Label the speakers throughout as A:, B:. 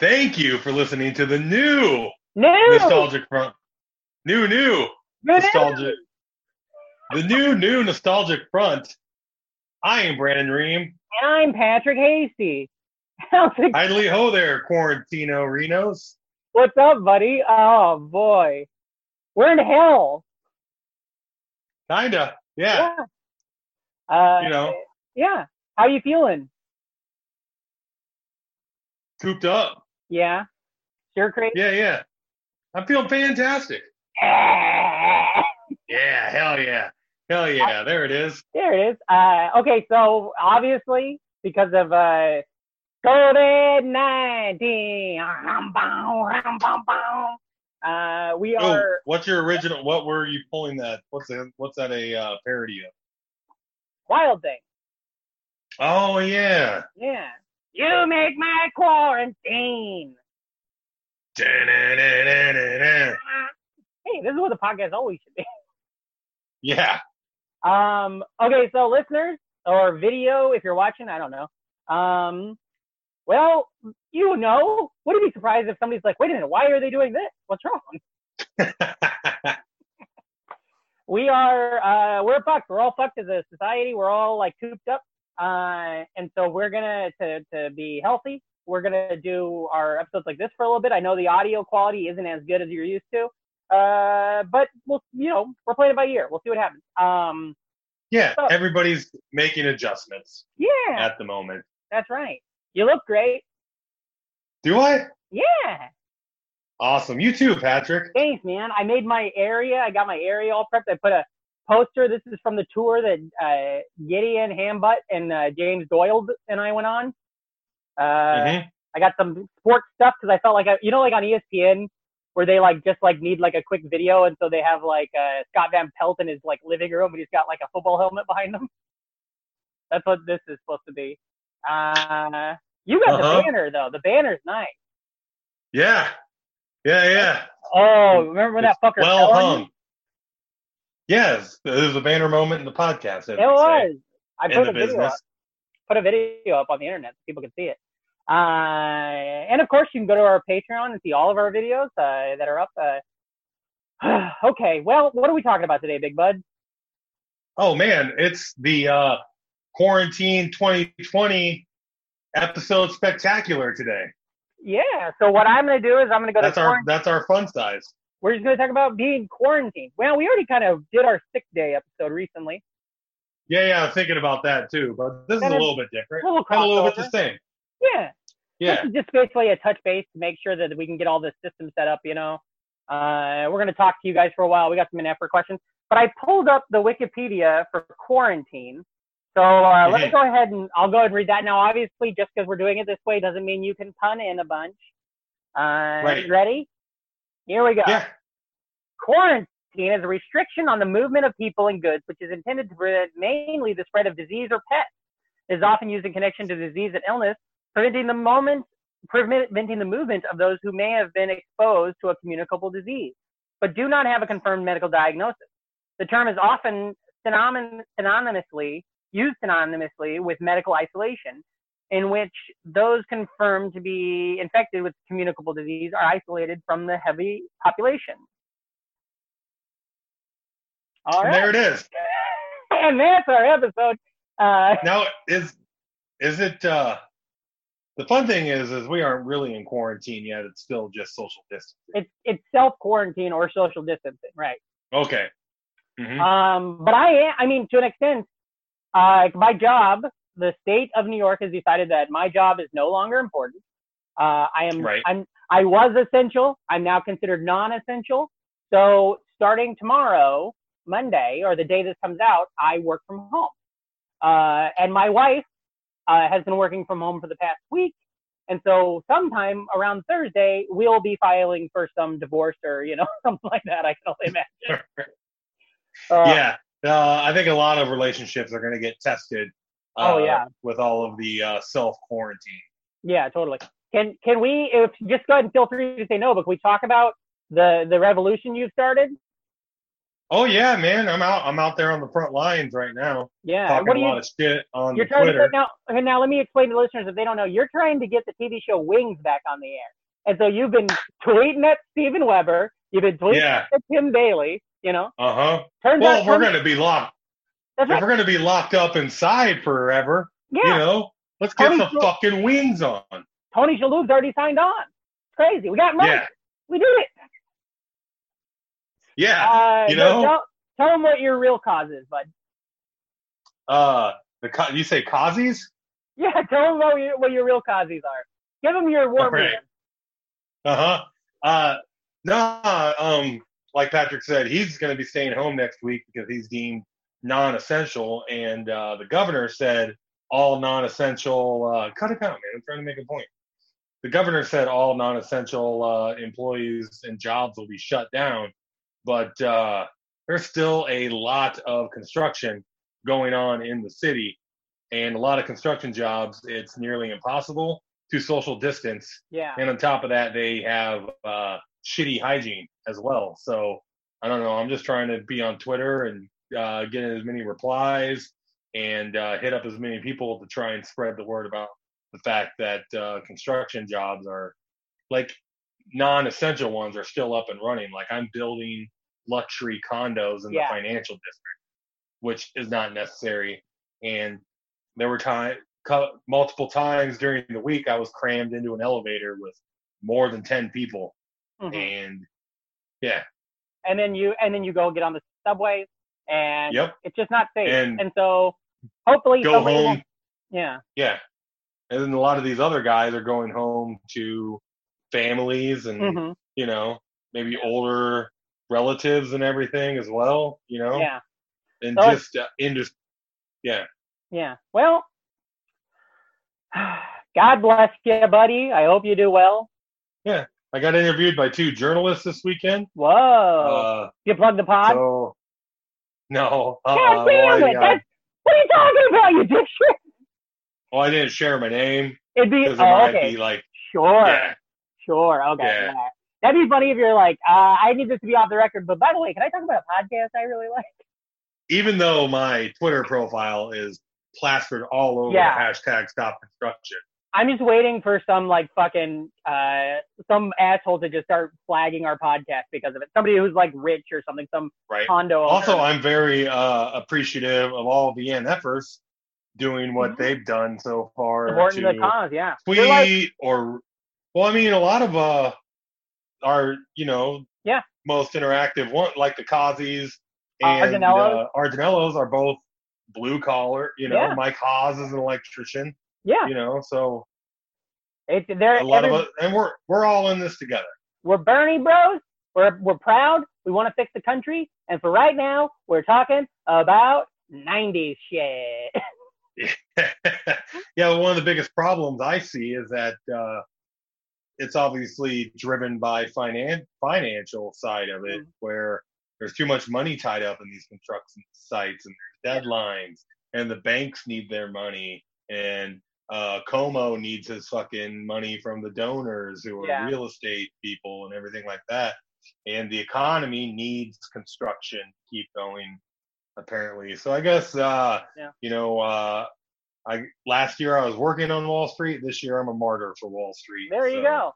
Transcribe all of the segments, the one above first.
A: Thank you for listening to the new
B: No.
A: nostalgic front. New, new nostalgic. The new, new nostalgic front. I am Brandon Ream.
B: And I'm Patrick Hasty. Sounds like-
A: Idly ho there, Quarantino Renos.
B: What's up, buddy? Oh boy, we're in hell.
A: Kinda, yeah.
B: Yeah. Uh,
A: You know,
B: Yeah. How you feeling?
A: cooped up.
B: Yeah. Sure, crazy.
A: Yeah, yeah. I'm feeling fantastic. Yeah, hell yeah, hell yeah. There it is.
B: There it is. Uh, okay, so obviously because of uh, COVID nineteen, uh, we
A: Oh,
B: are
A: what's your original? What were you pulling that? What's that? What's that a uh, parody of?
B: wild thing.
A: Oh yeah.
B: Yeah. You make my quarantine.
A: Da-na-na-na-na-na.
B: Hey, this is what the podcast always should be.
A: Yeah.
B: Um, okay, so listeners or video, if you're watching, I don't know. Um, well, you know, wouldn't be surprised if somebody's like, wait a minute, why are they doing this? What's wrong? We are, uh, we're fucked. We're all fucked as a society. We're all like cooped up. Uh, and so we're gonna, to, to be healthy, we're gonna do our episodes like this for a little bit. I know the audio quality isn't as good as you're used to. Uh, but we'll, you know, we're playing it by ear. We'll see what happens. Um,
A: yeah.
B: So-
A: Everybody's making adjustments
B: yeah.
A: at the moment.
B: That's right. You look great.
A: Do I?
B: Yeah.
A: Awesome. You too, Patrick.
B: Thanks, man. I made my area. I got my area all prepped. I put a poster. This is from the tour that uh, Gideon Hambutt and uh, James Doyle and I went on. Uh,
A: Mhm.
B: I got some sports stuff because I felt like I, you know, like on E ESPN where they like just like need like a quick video, and so they have like uh, Scott Van Pelt in his like living room, and he's got like a football helmet behind him. That's what this is supposed to be. Uh, you got
A: Uh-huh.
B: the banner though. The banner's nice.
A: Yeah. Yeah, yeah.
B: Oh, remember when that
A: It's
B: fucker
A: well
B: fell on you?
A: hung. Yes, it was a banner moment in the podcast. as
B: It
A: they say,
B: was. I
A: in
B: put
A: the
B: a video up,
A: business.
B: put a video up on the internet so people can see it. Uh, and of course, you can go to our Patreon and see all of our videos uh, that are up. Uh, okay, well, what are we talking about today, Big Bud?
A: Oh man, it's the uh, quarantine 2020 episode spectacular today.
B: Yeah. So what I'm going to do is I'm going to go
A: That's
B: to.
A: our
B: quarant-
A: that's our fun size.
B: We're just going to talk about being quarantined. Well, we already kind of did our sick day episode recently.
A: Yeah, yeah, I'm thinking about that too, but this is a
B: That is-
A: little bit different.
B: A little
A: Kind of a little bit the
B: crossover.
A: same.
B: Yeah.
A: Yeah.
B: This is just basically a touch base to make sure that we can get all this system set up, you know. Uh, we're going to talk to you guys for a while. We got some in-effort questions. But I pulled up the Wikipedia for quarantine. So uh, let me
A: Mhm.
B: go ahead and I'll go ahead and read that. Now, obviously, just because we're doing it this way doesn't mean you can pun in a bunch. Uh,
A: Right.
B: Ready? Here we go.
A: Yeah.
B: Quarantine is a restriction on the movement of people and goods, which is intended to prevent mainly the spread of disease or pests. It is often used in connection to disease and illness, preventing the moment, preventing the movement of those who may have been exposed to a communicable disease, but do not have a confirmed medical diagnosis. The term is often synonym, synonymously used synonymously with medical isolation, in which those confirmed to be infected with communicable disease are isolated from the heavy population. All
A: And
B: right,
A: there it is.
B: and that's our episode. Uh,
A: Now is is it uh the fun thing is is we aren't really in quarantine yet. It's still just social distancing.
B: it's it's self quarantine or social distancing, right?
A: Okay. Mhm.
B: Um, but I am, I mean, to an extent, uh, my job, the state of New York has decided that my job is no longer important. Uh, I am,
A: Right.
B: I'm, I was essential. I'm now considered non-essential. So starting tomorrow, Monday, or the day this comes out, I work from home. Uh, and my wife, uh, has been working from home for the past week. And so sometime around Thursday, we'll be filing for some divorce or, you know, something like that. I can only imagine. Uh,
A: yeah. Uh, I think a lot of relationships are going to get tested. Uh,
B: Oh, yeah.
A: With all of the uh, self quarantine.
B: Yeah, totally. Can can we if just go ahead and feel free to say no, but can we talk about the the revolution you've started?
A: Oh yeah, man. I'm out. I'm out there on the front lines right now,
B: Yeah.
A: talking
B: what
A: a
B: do you
A: lot of shit on
B: you're
A: the
B: trying
A: Twitter.
B: to now okay, now let me explain to listeners if they don't know, you're trying to get the TV show Wings back on the air. And so you've been tweeting at Steven Weber, you've been tweeting
A: Yeah.
B: at Tim Bailey, you know.
A: Uh huh.
B: Turns
A: Well,
B: out
A: if we're
B: some-
A: going to be locked.
B: that's
A: If
B: right.
A: we're going to be locked up inside forever,
B: Yeah.
A: you know, let's get
B: Tony
A: the
B: Schiavo-
A: fucking wings on.
B: Tony Shalhoub's already signed on. It's crazy. We got money.
A: Yeah.
B: We did it.
A: Yeah.
B: Uh,
A: you
B: no,
A: know?
B: tell, tell them what your real cause is, bud.
A: Uh, the co- you say Kazi's?
B: Yeah, tell them what your, what your real causes are. Give them your war
A: All right.
B: reason.
A: Uh-huh. Uh nah, um, like Patrick said, he's gonna be staying home next week because he's deemed non essential and uh the governor said all non essential uh cut it out, man. I'm trying to make a point. The governor said all non essential uh employees and jobs will be shut down, but uh there's still a lot of construction going on in the city and a lot of construction jobs, it's nearly impossible to social distance
B: Yeah.
A: and on top of that, they have uh, shitty hygiene as well. So I don't know. I'm just trying to be on Twitter and uh, get as many replies and uh, hit up as many people to try and spread the word about the fact that uh, construction jobs are like non-essential ones are still up and running. Like I'm building luxury condos in
B: Yeah.
A: the financial district, which is not necessary. And there were time co- multiple times during the week I was crammed into an elevator with more than ten people, Mm-hmm.
B: Mhm.
A: and yeah,
B: And then you and then you go get on the subway, and
A: Yep.
B: it's just not safe.
A: And
B: so hopefully
A: go
B: somebody
A: home.
B: won't- Yeah.
A: Yeah, and then a lot of these other guys are going home to families and
B: hmm
A: you know maybe older relatives and everything as well, you know,
B: Yeah. Oh.
A: and
B: So-
A: just uh, industry. Yeah,
B: Yeah. Well, God bless you, buddy. I hope you do well.
A: I got interviewed by two journalists this weekend.
B: Whoa.
A: Uh,
B: you plug the pod?
A: so no, uh,
B: God damn
A: well, I,
B: it!
A: uh,
B: That's, what are you talking about? You dick shit.
A: well, Oh, I didn't share my name
B: It'd be
A: because it
B: oh,
A: might
B: okay.
A: be like
B: sure.
A: yeah.
B: Sure. Okay.
A: Yeah.
B: yeah. That'd be funny if you're like, uh, I need this to be off the record. But by the way, can I talk about a podcast I really like?
A: even though my Twitter profile is plastered all over
B: Yeah.
A: the hashtag stop construction.
B: I'm just waiting for some like fucking uh some asshole to just start flagging our podcast because of it. Somebody who's like rich or something, some
A: Right.
B: condo. owner.
A: Also, I'm very uh, appreciative of all the NFers doing what they've done so far
B: supporting Mm-hmm. the
A: to
B: cause. Yeah.
A: tweet
B: We're like-
A: or well, I mean, a lot of uh, our you know
B: Yeah.
A: most interactive one like the Kazis
B: Uh,
A: and uh,
B: Arginellos.
A: Arginellos are both blue collar. You know,
B: Yeah.
A: Mike Haas is an electrician.
B: yeah.
A: You know, so
B: It's there.
A: a lot of
B: every-
A: us, and we're we're all in this together.
B: We're Bernie Bros. We're we're proud. We want to fix the country. And for right now, we're talking about '90s shit.
A: yeah, one of the biggest problems I see is that uh, it's obviously driven by finan- financial side of it, where there's too much money tied up in these construction sites and there's deadlines, and the banks need their money, and uh, Como needs his fucking money from the donors who are
B: Yeah.
A: real estate people and everything like that. And the economy needs construction to keep going, apparently. So I guess, uh,
B: Yeah.
A: you know, uh, I last year I was working on Wall Street. This year I'm a martyr for Wall Street.
B: There
A: so-
B: you go.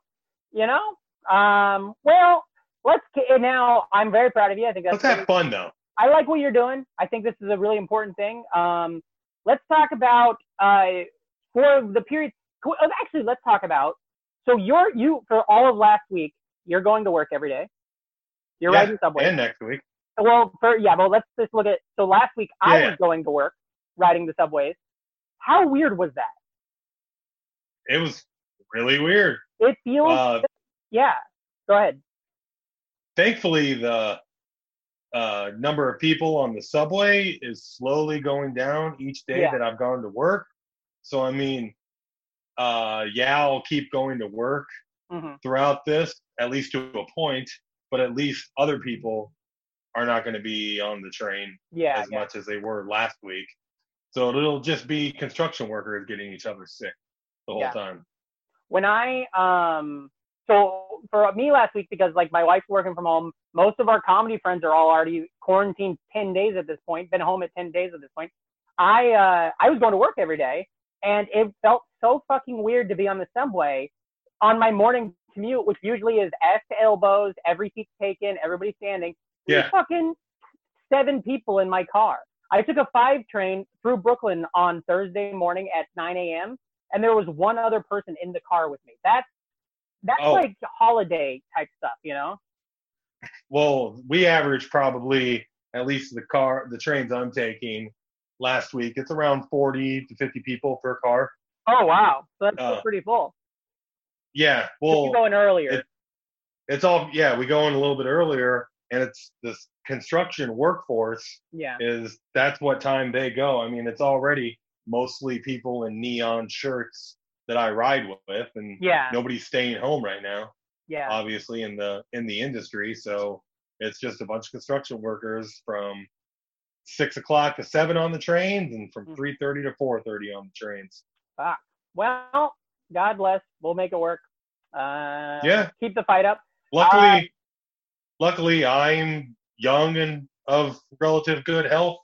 B: You know. Um. Well, let's get, and now. I'm very proud of you. I think that's
A: Let's have fun though.
B: I like what you're doing. I think this is a really important thing. Um, let's talk about uh, for the period. co- oh, Actually, let's talk about. So you're you for all of last week. You're going to work every day. You're
A: Yeah,
B: riding subway.
A: And next week.
B: well, for yeah. Well, let's just look at. So last week I
A: Yeah.
B: was going to work, riding the subways. How weird was that?
A: It was really weird.
B: It feels.
A: Uh,
B: yeah. Go ahead.
A: thankfully, the uh, number of people on the subway is slowly going down each day
B: Yeah.
A: that I've gone to work. So I mean, uh, yeah, I'll keep going to work
B: Mhm.
A: throughout this, at least to a point. But at least other people are not going to be on the train
B: Yeah.
A: as
B: yeah.
A: much as they were last week. So it'll just be construction workers getting each other sick the whole
B: Yeah.
A: time.
B: when I um so for me last week because like my wife's working from home, most of our comedy friends are all already quarantined ten days at this point, been home at ten days at this point. I uh I was going to work every day and it felt so fucking weird to be on the subway on my morning commute, which usually is ass to elbows, every seat's taken, everybody standing. There's
A: Yeah.
B: fucking seven people in my car. I took a five train through Brooklyn on Thursday morning at nine AM and there was one other person in the car with me. That's that's
A: Oh.
B: like holiday type stuff, you know?
A: Well, we average probably at least the car, the trains I'm taking last week. It's around 40 to 50 people per car.
B: Oh wow, so that's
A: Uh,
B: pretty full.
A: Yeah.
B: If
A: Well,
B: you go in earlier,
A: it- it's all yeah we go in a little bit earlier and it's this construction workforce
B: yeah,
A: is that's what time they go i mean it's already mostly people in neon shirts that i ride with and
B: yeah,
A: nobody's staying home right now
B: yeah,
A: obviously in the in the industry so it's just a bunch of construction workers from six o'clock to seven on the trains and from
B: Mhm.
A: 3.30 to 4.30 on the trains
B: Well, God bless. We'll make it work. Uh,
A: Yeah.
B: keep the fight up.
A: luckily
B: Uh,
A: luckily i'm young and of relative good health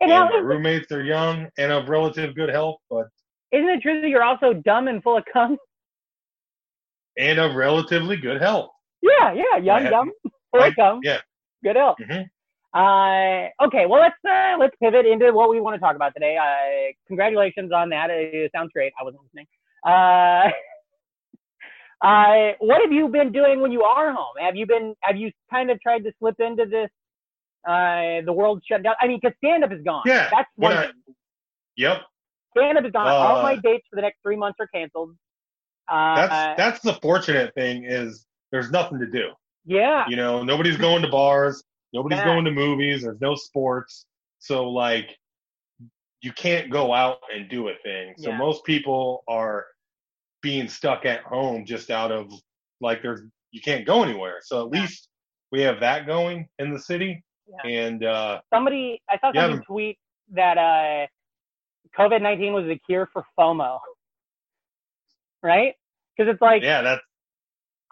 B: And
A: Yeah,
B: how
A: my
B: is-
A: roommates are young and of relative good health, but
B: isn't it true that you're also dumb and full of cum?
A: and of relatively good health.
B: Yeah, yeah, young
A: Yeah.
B: dumb, full of
A: Right,
B: cum.
A: Mm-hmm. yeah.
B: good help.
A: Mhm.
B: Uh, okay, well let's uh, let's pivot into what we want to talk about today. Uh, congratulations on that. Uh, It sounds great. I wasn't listening. Uh, uh, what have you been doing when you are home? Have you been have you kind of tried to slip into this uh, the world shut down? I mean, because stand up is gone.
A: Yeah,
B: that's
A: when
B: one
A: I-
B: thing.
A: Yep,
B: Stand up is gone. All
A: Uh,
B: my dates for the next three months are canceled. Uh,
A: that's that's the fortunate thing is there's nothing to do.
B: yeah,
A: You know, nobody's going to bars, nobody's
B: Yeah.
A: going to movies. There's no sports, so like you can't go out and do a thing. So
B: Yeah.
A: most people are being stuck at home just out of like there's you can't go anywhere. So at
B: Yeah.
A: least we have that going in the city, and uh,
B: somebody I saw
A: Yeah,
B: somebody tweet that uh, COVID nineteen was the cure for FOMO, right? Because it's like
A: yeah, that's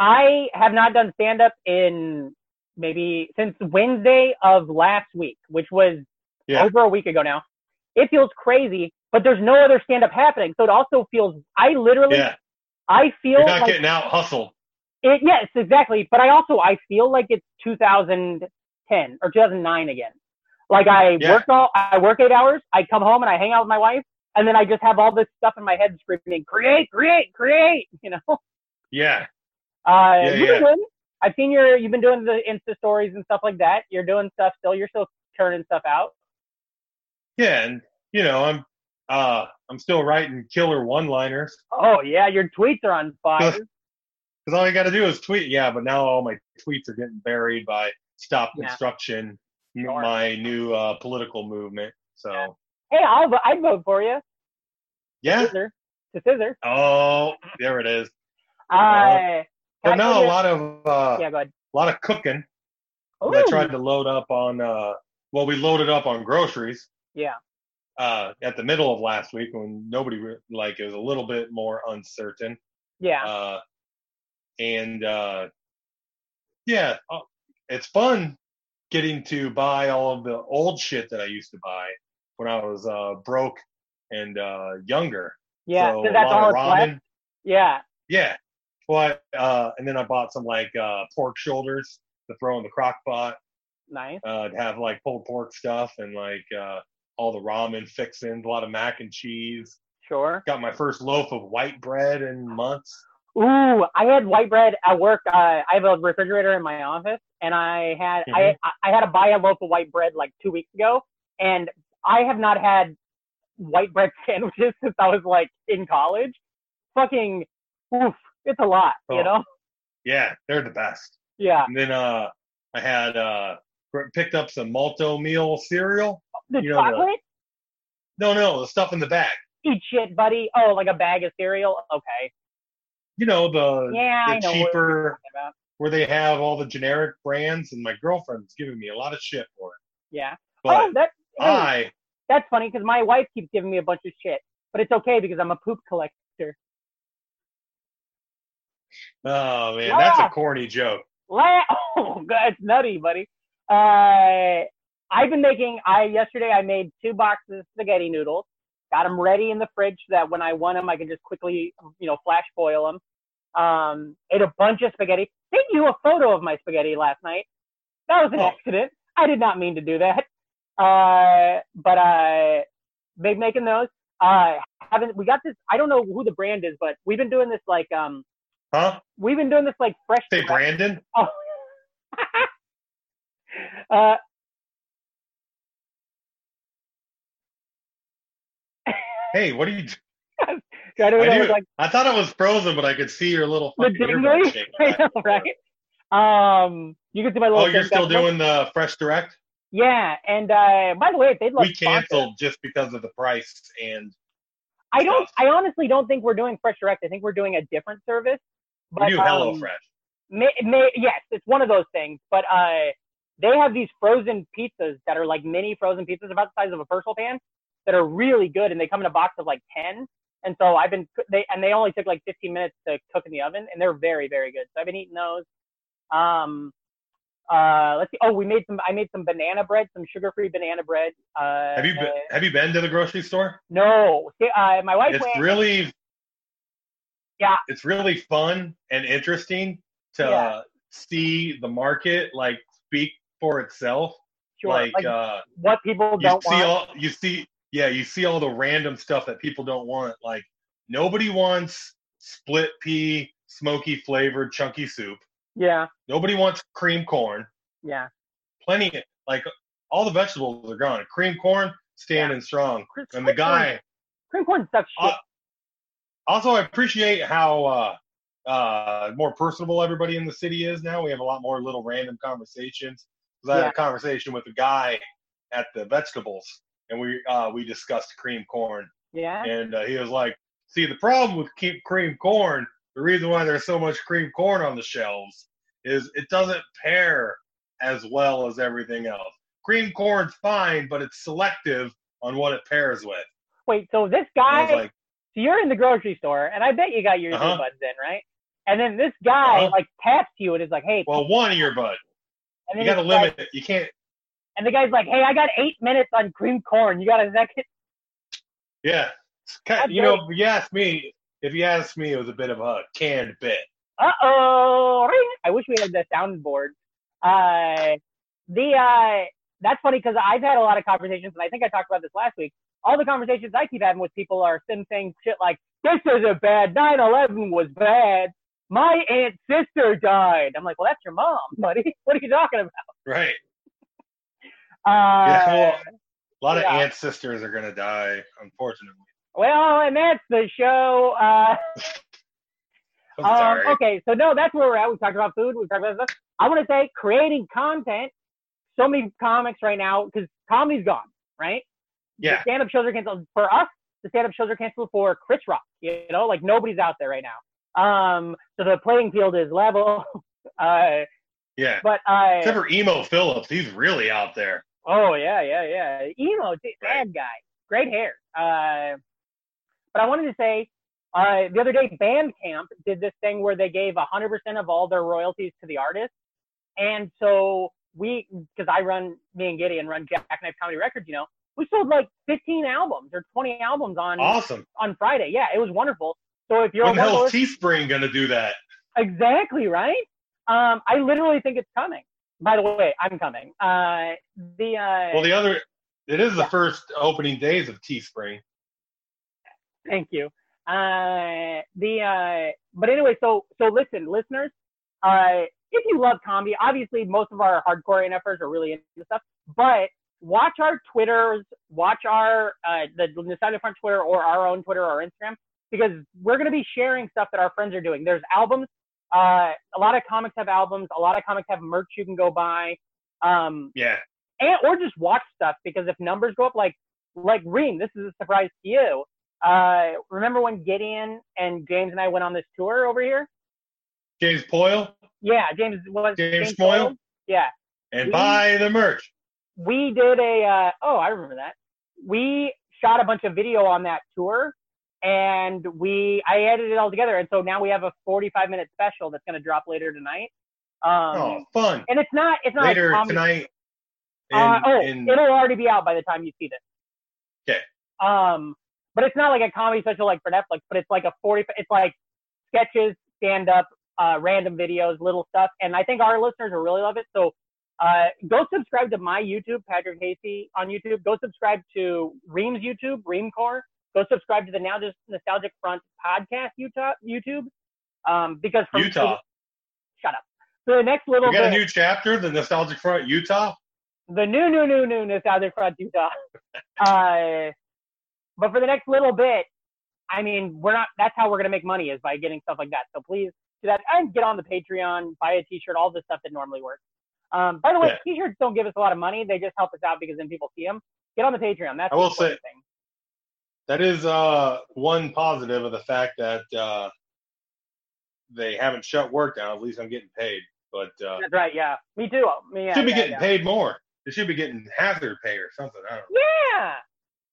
B: I have not done stand up in maybe since Wednesday of last week, which was
A: Yeah.
B: over a week ago now. It feels crazy, but there's no other stand up happening, so it also feels. I literally,
A: yeah.
B: I feel
A: You're not
B: like
A: getting out hustled.
B: it, yes, exactly. But I also I feel like it's 2010 or 2009 again. Like I
A: Yeah.
B: work all I work eight hours. I come home and I hang out with my wife, and then I just have all this stuff in my head screaming, "Create, create, create!" You know.
A: Yeah.
B: Uh,
A: Yeah,
B: you've
A: yeah.
B: been doing. I've seen your. You've been doing the Insta stories and stuff like that. You're doing stuff still. You're still turning stuff out.
A: Yeah, and you know, I'm uh I'm still writing killer one liners.
B: Oh yeah, your tweets are on fire.
A: Because all I gotta do is tweet, yeah, but now all my tweets are getting buried by stop
B: Yeah.
A: construction, m-
B: Sure.
A: my new uh political movement. So
B: hey, I'll vo- I'd vote for you.
A: yeah.
B: Scissor to scissor.
A: Oh there it is.
B: Uh,
A: But
B: can
A: no,
B: I tell
A: a
B: you-
A: lot of uh
B: Yeah, go ahead.
A: a lot of cooking.
B: Oh,
A: I tried to load up on uh well we loaded up on groceries.
B: Yeah.
A: Uh, at the middle of last week when nobody re- like it was a little bit more uncertain.
B: yeah.
A: Uh, and uh, yeah, uh, it's fun getting to buy all of the old shit that I used to buy when I was uh, broke and uh, younger.
B: Yeah,
A: so
B: so
A: a
B: that's
A: lot
B: all
A: of
B: it's
A: ramen.
B: left. Yeah,
A: Yeah. Well, I, uh, and then I bought some like uh, pork shoulders to throw in the crock pot
B: nice.
A: uh, to have like pulled pork stuff and like uh, all the ramen fixings, a lot of mac and cheese.
B: Sure.
A: Got my first loaf of white bread in months.
B: Ooh, I had white bread at work. Uh, I have a refrigerator in my office, and I had I
A: Mm-hmm.
B: I I had to buy a loaf of white bread like two weeks ago, and I have not had white bread sandwiches since I was like in college. Fucking, oof, it's a lot,
A: Oh.
B: you know?
A: Yeah, they're the best.
B: Yeah,
A: And then uh, I had uh, gr- picked up some malto meal cereal.
B: the
A: You know, the-
B: chocolate.
A: No, no, the stuff in the bag.
B: Eat shit, buddy. Oh, like a bag of cereal. Okay.
A: You know the
B: Yeah, I
A: the
B: know what
A: cheaper
B: you're talking about.
A: where they have all the generic brands, and my girlfriend's giving me a lot of shit for it.
B: Yeah.
A: But
B: oh, that hey,
A: I
B: that's funny because my wife keeps giving me a bunch of shit, but it's okay because I'm a poop collector.
A: Oh man, that's
B: Yeah.
A: a corny joke.
B: La- oh, God, it's nutty, buddy. Uh, I've been making. I yesterday I made two boxes of spaghetti noodles. Got them ready in the fridge so that when I want them, I can just quickly, you know, flash boil them. Um, ate a bunch of spaghetti. Sent you a photo of my spaghetti last night. That was an
A: Oh.
B: accident. I did not mean to do that. Uh, but I been making those. I haven't. We got this. I don't know who the brand is, but we've been doing this like um.
A: Huh?
B: We've been doing this like fresh.
A: Say Brandon?
B: Oh. uh,
A: Hey, what are you do-
B: I don't
A: I
B: know,
A: knew
B: it's like
A: I thought it was frozen, but I could see your little
B: the
A: fucking earbud
B: dingly,
A: shaking
B: I
A: back
B: know,
A: and forth.
B: right? Um, you can see my little.
A: Oh, you're
B: thing
A: still
B: back there.
A: doing the fresh direct?
B: Yeah, and uh, by the way, if they'd love
A: We
B: sponsor-
A: canceled just because of the price and
B: I don't. I honestly don't think we're doing Fresh Direct. I think we're doing a different service. But
A: we do
B: um,
A: Hello Fresh.
B: May, may, yes, it's one of those things. But uh, they have these frozen pizzas that are like mini frozen pizzas, about the size of a personal pan, that are really good, and they come in a box of like ten. And so I've been they and they only took like 15 minutes to cook in the oven, and they're very very good. So I've been eating those. Um, uh, let's see. Oh, we made some. I made some banana bread, some sugar-free banana bread. Uh,
A: Have you been, have you been to the grocery store?
B: No, See, uh, my wife
A: It's
B: went.
A: really
B: Yeah.
A: It's really fun and interesting to
B: Yeah.
A: see the market like speak for itself.
B: sure,
A: Like,
B: like,
A: uh
B: what people
A: you
B: don't
A: see
B: want.
A: all you see yeah you see all the random stuff that people don't want like nobody wants split pea smoky flavored chunky soup
B: yeah,
A: nobody wants cream corn
B: yeah.
A: plenty like all the vegetables are gone cream corn standing strong
B: Chris-
A: and the
B: Chris Corn-
A: guy
B: cream corn sucks shit.
A: Uh, also i appreciate how uh uh more personable everybody in the city is now we have a lot more little random conversations 'Cause i had
B: Yeah.
A: a conversation with a guy at the vegetables and we uh we discussed cream corn
B: yeah.
A: and uh, he was like, "See, the problem with keep cream corn, the reason why there's so much cream corn on the shelves is it doesn't pair as well as everything else. Cream corn's fine, but it's selective on what it pairs with."
B: Wait, so this
A: And I
B: guy,
A: was like,
B: so you're in the grocery store, and I bet you got your
A: Uh-huh.
B: earbuds in, right? And then this guy
A: Uh-huh.
B: like taps you and is like, "Hey,"
A: "Well, one earbud.
B: and
A: You
B: then
A: got to
B: it's like-
A: limit. it. You can't.
B: and the guy's like, "Hey, I got eight minutes on cream corn. You got a second?
A: Yeah, It's kind-
B: That's
A: you know. If you ask me, if you ask me, it was a bit of a canned bit.
B: Uh oh! I wish we had the soundboard. Uh, the uh, that's funny because I've had a lot of conversations, and I think I talked about this last week. All the conversations I keep having with people are them saying shit like, "This isn't bad. 9/11 was bad. My aunt's sister died." I'm like, "Well, that's your mom, buddy. What are you talking about?"
A: Right?
B: Uh,
A: yeah. Well, a lot of
B: yeah.
A: aunt sisters are gonna die, unfortunately.
B: Well, and that's the show. Uh,
A: I'm
B: um,
A: sorry.
B: okay, so no, that's where we're at. We talked about food. We talked about stuff. I want to say creating content. So many comics right now because comedy's gone, right?
A: Yeah.
B: The stand-up shows are canceled for us. The stand-up shows are canceled for Chris Rock. You know, like nobody's out there right now. Um, so the playing field is level. Uh,
A: Yeah.
B: but uh,
A: Except for Emo Phillips, he's really out there.
B: Oh yeah, yeah, yeah. Emo, t- bad guy, great hair. Uh, but I wanted to say, uh, the other day Bandcamp did this thing where they gave 100% of all their royalties to the artist, and so we, because I run, me and Gideon run Jackknife Comedy Records, you know, we sold like 15 albums or 20 albums on
A: Awesome.
B: on Friday. Yeah, it was wonderful. So if you're
A: When the
B: one of
A: hell
B: those-
A: is Teespring gonna do that?
B: Exactly right. Um, I literally think it's coming. By the way, I'm coming. Uh, the uh,
A: Well, the other, it is the first opening days of Teespring.
B: Thank you. Uh, the uh, but anyway, so so listen, listeners. Uh, if you love comedy, obviously most of our hardcore NFers are really into this stuff. But watch our Twitters, watch our uh, the Nostalgia Front Twitter or our own Twitter or Instagram because we're going to be sharing stuff that our friends are doing. There's albums. Uh, a lot of comics have albums. A lot of comics have merch you can go buy. Um,
A: Yeah,
B: and or just watch stuff because if numbers go up like like Reem, this is a surprise to you. Uh, remember when Gideon and James and I went on this tour over here?
A: James Poyle
B: Yeah, James was
A: James
B: Boyle?
A: Boyle?
B: Yeah,
A: and
B: We-
A: buy the merch.
B: we did a. Uh, oh, I remember that. We shot a bunch of video on that tour, and we I edited it all together, and so now we have a 45 minute special that's going to drop later tonight. Um,
A: oh, fun.
B: and it's not it's not
A: Later
B: a comedy
A: tonight. In,
B: Uh, oh,
A: in-
B: it'll already be out by the time you see this.
A: Okay.
B: Um, but it's not like a comedy special like for Netflix, but it's like a forty. It's like sketches, stand up, uh, random videos, little stuff, and I think our listeners will really love it. So, uh, go subscribe to my YouTube, Patrick Hasty on YouTube. Go subscribe to Reams YouTube, Reamcore. Go subscribe to the Now Just Nostalgic Front podcast Utah YouTube. Um, because from
A: Utah.
B: shut up. So the next little
A: We got a
B: bit-
A: new chapter, the Nostalgic Front, Utah.
B: the new, new, new, new nostalgic front Utah. Uh, but for the next little bit, I mean, we're not. That's how we're gonna make money is by getting stuff like that. So please do that and get on the Patreon, buy a T-shirt, all the stuff that normally works. Um, by the way,
A: Yeah.
B: T-shirts don't give us a lot of money; they just help us out because then people see them. Get on the Patreon. That's
A: I will
B: the important thing.
A: That is uh, one positive of the fact that uh, they haven't shut work down. At least I'm getting paid, but uh,
B: That's right. Yeah, me too. Oh, Me, yeah,
A: should be
B: yeah,
A: getting
B: yeah.
A: paid more. They should be getting hazard pay or something. I don't know.
B: Yeah.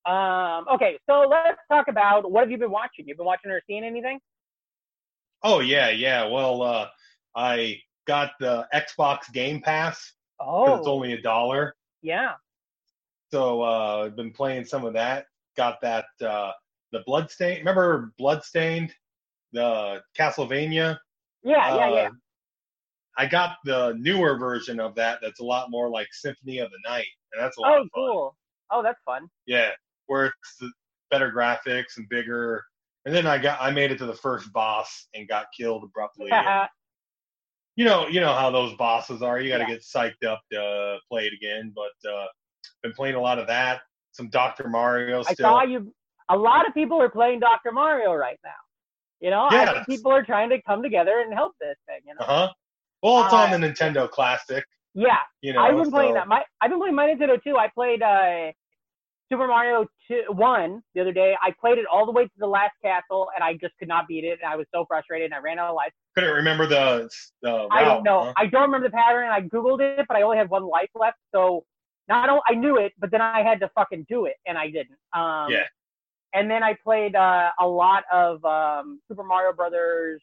B: Um, okay, so let's talk about what have you been watching? You've been watching or seeing anything?
A: Oh yeah, yeah. Well, uh, I got the Xbox Game Pass because it's
B: Oh,
A: only a dollar.
B: yeah.
A: So uh, I've been playing some of that. Got that uh, the Bloodstain. Remember Bloodstained, the Castlevania.
B: Yeah, yeah,
A: Uh,
B: yeah.
A: I got the newer version of that. That's a lot more like Symphony of the Night, and that's a lot
B: Oh,
A: of fun.
B: cool. Oh, that's fun.
A: Yeah, where it's the better graphics and bigger. And then I got I made it to the first boss and got killed abruptly. you know, you know how those bosses are. You got to
B: Yeah.
A: get psyched up to play it again. But uh, been playing a lot of that. Some Doctor Mario
B: I
A: still.
B: saw you. A lot of people are playing Dr. Mario right now. You know, I
A: Yes.
B: think people are trying to come together and help this thing. You know,
A: Uh huh. Well, it's on
B: Uh,
A: the Nintendo Classic.
B: yeah,
A: You know,
B: I've been playing
A: so-
B: that. My I've been playing my Nintendo too. I played uh, Super Mario two, one the other day. I played it all the way to the last castle, and I just could not beat it. And I was so frustrated, and I ran out of life.
A: Couldn't remember the. the
B: I
A: route,
B: don't know.
A: Oh, huh?
B: I don't remember the pattern. and I googled it, but I only had one life left. So not only I knew it, but then I had to fucking do it, and I didn't. Um,
A: Yeah.
B: And then I played uh, a lot of um, Super Mario Brothers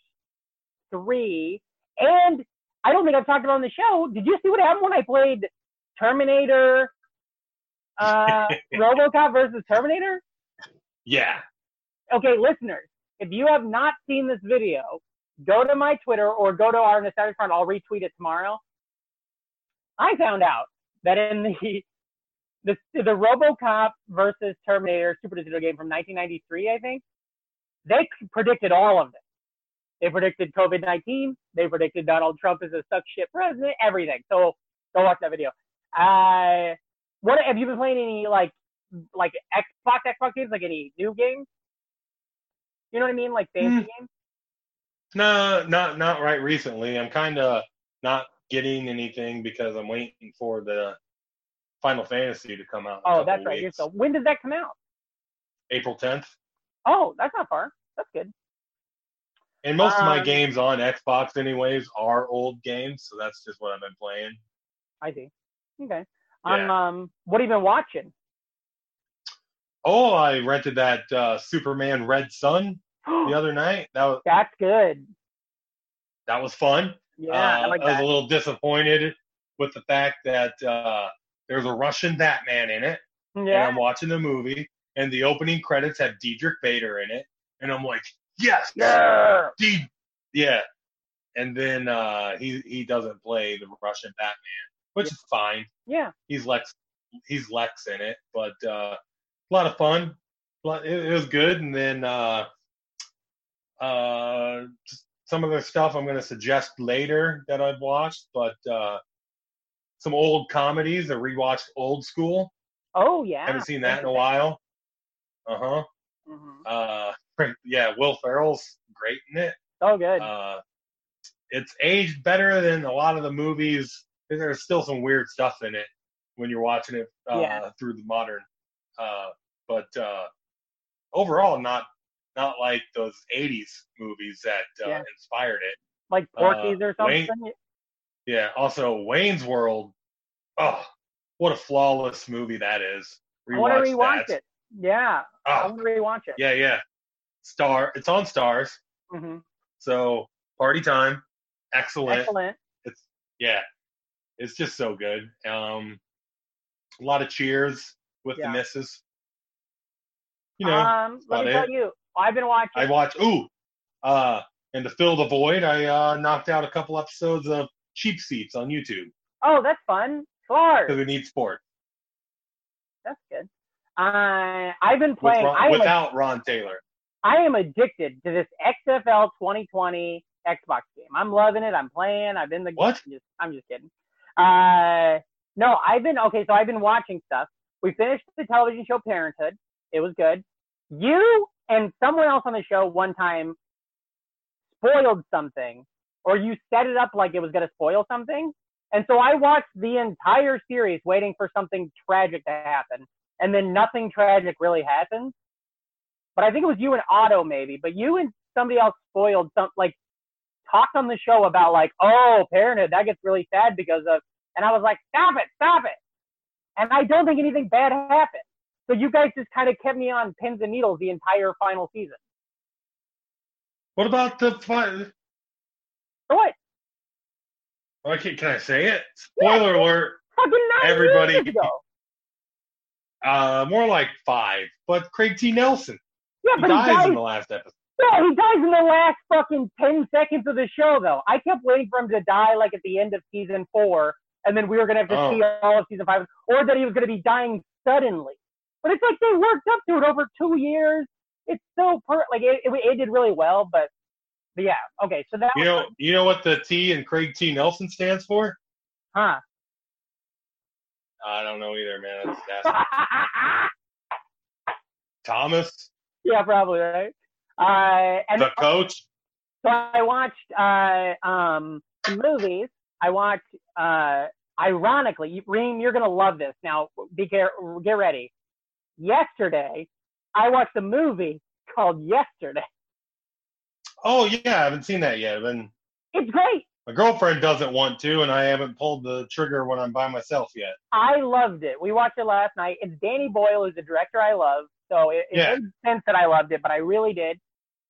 B: three, and I don't think I've talked about it on the show. Did you see what happened when I played Terminator? Uh, RoboCop versus Terminator.
A: Yeah.
B: Okay, listeners, if you have not seen this video, go to my Twitter or go to our Nostalgic Front. I'll retweet it tomorrow. I found out that in the the, the RoboCop versus Terminator Super Nintendo game from 1993, I think they c- predicted all of this. They predicted COVID-19. They predicted Donald Trump as a suck shit president. Everything. So go watch that video. Uh, what have you been playing? Any like like Xbox Xbox games? Like any new games? You know what I mean?
A: Hmm.
B: Like fancy games.
A: No, not not right recently. I'm kind of not getting anything because I'm waiting for the Final Fantasy to come out. in a
B: Oh,
A: couple
B: that's right. You're
A: weeks.
B: so. When does that come out?
A: April 10th.
B: Oh, that's not far. That's good.
A: And most of my
B: Um,
A: games on Xbox, anyways, are old games, so that's just what I've been playing.
B: I see. Okay. Um, um, what have you been watching?
A: Oh, I rented that uh, Superman Red Sun the other night. That was
B: that's good.
A: that was fun.
B: Yeah,
A: Uh,
B: I like
A: was
B: that.
A: a little disappointed with the fact that uh, there's a Russian Batman in it, and
B: yeah.
A: I'm watching the movie, and the opening credits have Diedrich Bader in it, and I'm like, yes,
B: Yeah.
A: Died- yeah. And then uh, he he doesn't play the Russian Batman, which is fine.
B: Yeah.
A: he's Lex he's Lex in it, but uh, a lot of fun. Lot- It, it was good, and then uh, uh, just some of the stuff I'm going to suggest later that I've watched, but uh, some old comedies. I rewatched Old School.
B: Oh yeah.
A: Haven't seen that in a while. Uh-huh.
B: Mhm.
A: Uh Yeah, Will Ferrell's great in it.
B: Oh good.
A: Uh, it's aged better than a lot of the movies. There's still some weird stuff in it when you're watching it uh,
B: Yeah.
A: through the modern. Uh, but uh, overall not not like those '80s movies that uh,
B: Yeah.
A: inspired it.
B: like Porky's
A: Uh,
B: or something.
A: Wayne- Yeah. Also, Wayne's World. Oh, what a flawless movie that is.
B: I want to
A: Rewatch
B: rewatch
A: that.
B: it. Yeah, I
A: Oh,
B: want to rewatch it.
A: yeah, yeah. Star. It's on Stars.
B: Mhm.
A: So party time. Excellent.
B: Excellent.
A: It's yeah. It's just so good. Um, a lot of cheers with
B: Yeah.
A: the misses. You know,
B: um,
A: about
B: let me
A: it.
B: tell you, I've been watching.
A: I watched. Ooh, uh, and to fill the void, I uh, knocked out a couple episodes of Cheap Seats on YouTube
B: oh, that's fun. Clark,
A: because we need sport
B: that's good. Uh, I've been
A: with
B: playing.
A: Ron-
B: I am a
A: without Ron Taylor.
B: I am addicted to this XFL 2020 Xbox game. I'm loving it. I'm playing. I've been the
A: What?
B: I'm just, I'm just kidding. Uh, no, I've been okay. So I've been watching stuff. We finished the television show Parenthood. It was good. You and someone else on the show one time spoiled something, or you set it up like it was going to spoil something. And so I watched the entire series waiting for something tragic to happen. And then nothing tragic really happened but I think it was you and Otto maybe, but you and somebody else spoiled some like talked on the show about like, oh, parenthood, that gets really sad because of and I was like, Stop it, stop it. And I don't think anything bad happened. So you guys just kind of kept me on pins and needles the entire final season.
A: What about the? fi- Oh,
B: So what?
A: I can can I say it? Spoiler alert.
B: Fucking nine
A: Everybody-
B: years ago.
A: Uh, more like five. But Craig T. Nelson
B: Yeah,
A: he
B: but
A: dies,
B: he dies.
A: in the last episode.
B: Yeah, he dies in the last fucking ten seconds of the show though. I kept waiting for him to die like at the end of season four, and then we were gonna have to
A: Oh.
B: see all of season five, or that he was gonna be dying suddenly. But it's like they worked up to it over two years. It's so per like it, it, it did really well, but but yeah, okay. So that
A: You
B: was,
A: know, you know what the T and Craig T. Nelson stands for?
B: huh?
A: I don't know either, man. That's, that's Thomas,
B: yeah, probably right. Uh, and
A: the coach.
B: So I watched uh, um, some movies. I watched, uh, ironically, you- Reem, you're gonna love this. Now, be care, get ready. Yesterday, I watched a movie called Yesterday.
A: Oh yeah, I haven't seen that yet. And
B: It's great.
A: my girlfriend doesn't want to, and I haven't pulled the trigger when I'm by myself yet.
B: I loved it. We watched it last night. It's Danny Boyle, who's a director I love, so it, it
A: Yeah.
B: made sense that I loved it, but I really did.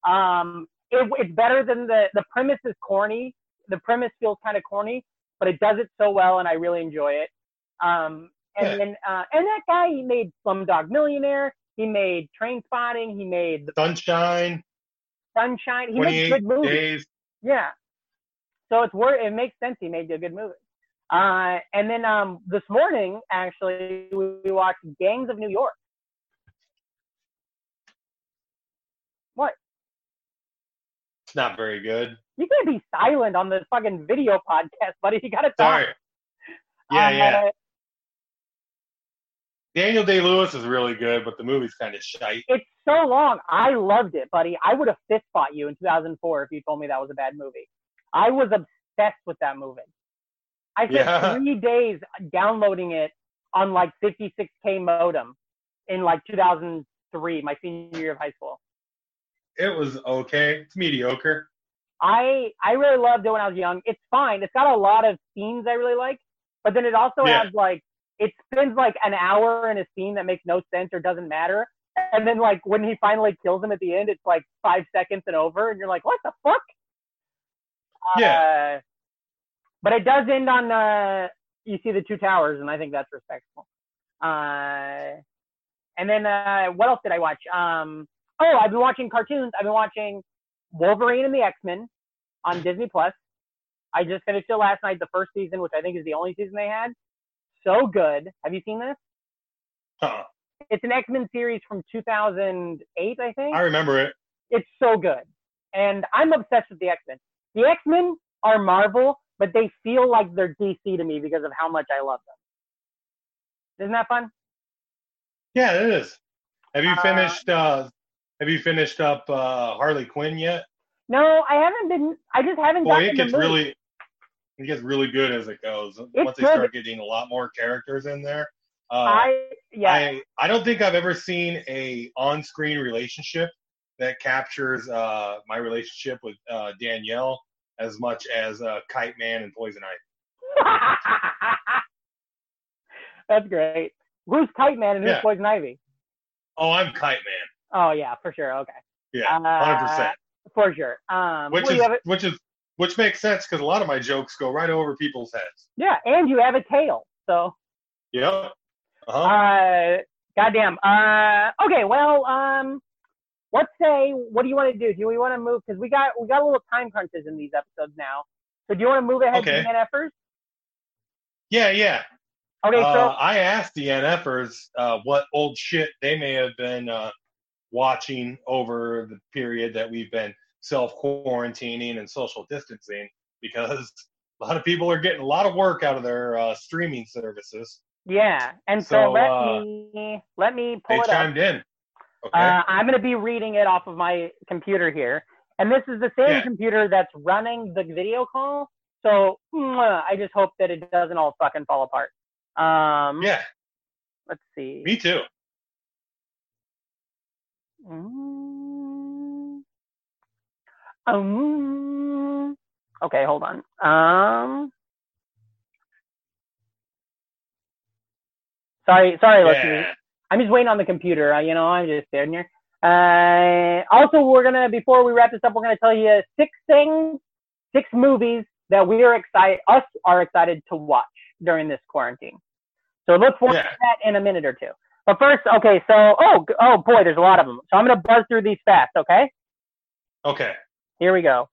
B: Um, it, it's better than the the premise is corny. The premise feels kind of corny, but it does it so well, and I really enjoy it. Um, and
A: Yeah.
B: then uh, and that guy, he made Slumdog Millionaire. He made Train Spotting. He made The
A: Sunshine,
B: Sunshine. He makes
A: 28
B: good movies.
A: days.
B: Yeah. So it's worth. It makes sense. He made you a good movie. Uh, and then um, this morning, actually, we, we watched Gangs of New York.
A: It's not very good.
B: You can't be silent on the fucking video podcast, buddy. You gotta talk.
A: Sorry. Yeah,
B: Uh,
A: yeah. Daniel Day Lewis is really good, but the movie's kind of shite.
B: It's so long. I loved it, buddy. I would have fist fought you in 2004 if you told me that was a bad movie. I was obsessed with that movie. I spent
A: Yeah.
B: three days downloading it on like 56k modem in like 2003, my senior year of high school.
A: It was okay. It's mediocre.
B: I I really loved it when I was young. It's fine. It's got a lot of scenes I really like, but then it also
A: Yeah.
B: has like it spends like an hour in a scene that makes no sense or doesn't matter. And then like when he finally kills him at the end, it's like five seconds and over, and you're like, what the fuck? Uh, but it does end on uh, you see the two towers, and I think that's respectful. Uh, and then uh, what else did I watch? Um, oh, I've been watching cartoons. I've been watching Wolverine and the X Men on Disney Plus. I just finished it last night, the first season, which I think is the only season they had. So good. Have you seen this?
A: Huh.
B: It's an X Men series from 2008, I think
A: I remember it.
B: it's so good. And I'm obsessed with the X Men. The X Men are Marvel, but they feel like they're DC to me because of how much I love them. Isn't that fun?
A: Yeah, it is. Have you
B: Uh,
A: finished? Uh, have you finished up uh, Harley Quinn yet?
B: No, I haven't been. I just haven't
A: Boy,
B: gotten
A: it
B: the
A: gets
B: mood.
A: really, it gets really good as it goes. Once they
B: good.
A: start getting a lot more characters in there, Uh,
B: I yeah.
A: I, I don't think I've ever seen a on-screen relationship that captures uh, my relationship with uh, Danielle as much as uh, Kite Man and Poison Ivy.
B: That's great. Who's Kite Man and who's
A: Yeah.
B: Poison Ivy?
A: Oh, I'm Kite Man.
B: Oh yeah, for sure. Okay, Uh,
A: Yeah, hundred percent.
B: for sure. Um,
A: Which
B: well,
A: is
B: you have a,
A: which is which makes sense because a lot of my jokes go right over people's heads.
B: yeah, and you have a tail. So
A: Yep. Uh-huh.
B: uh, goddamn. Uh, okay, well, um, let's say, what do you want to do? Do we want to move? Because we got we got a little time crunches in these episodes now. So do you want to move ahead
A: Okay.
B: to the NFers?
A: yeah, yeah.
B: Okay,
A: Uh,
B: so
A: I asked the NFers uh, what old shit they may have been uh, watching over the period that we've been self quarantining and social distancing because a lot of people are getting a lot of work out of their uh, streaming services.
B: yeah, and so,
A: so,
B: let
A: uh,
B: me let me
A: They
B: pull it up.
A: chimed in. Okay.
B: Uh, I'm going to be reading it off of my computer here. And this is the same
A: Yeah.
B: computer that's running the video call. So mwah, I just hope that it doesn't all fucking fall apart. Um,
A: yeah,
B: Let's see.
A: me too.
B: Mm. Um, okay, hold on. Um, sorry, sorry, listeners.
A: Yeah.
B: I'm just waiting on the computer. I, you know, I'm just sitting here. Uh, also, we're gonna before we wrap this up, we're gonna tell you six things, six movies that we are excited, us are excited to watch during this quarantine. So look forward
A: Yeah.
B: to that in a minute or two. But first, okay, so oh g- oh boy, there's a lot of them. So I'm gonna buzz through these fast. Okay,
A: Okay.
B: here we go.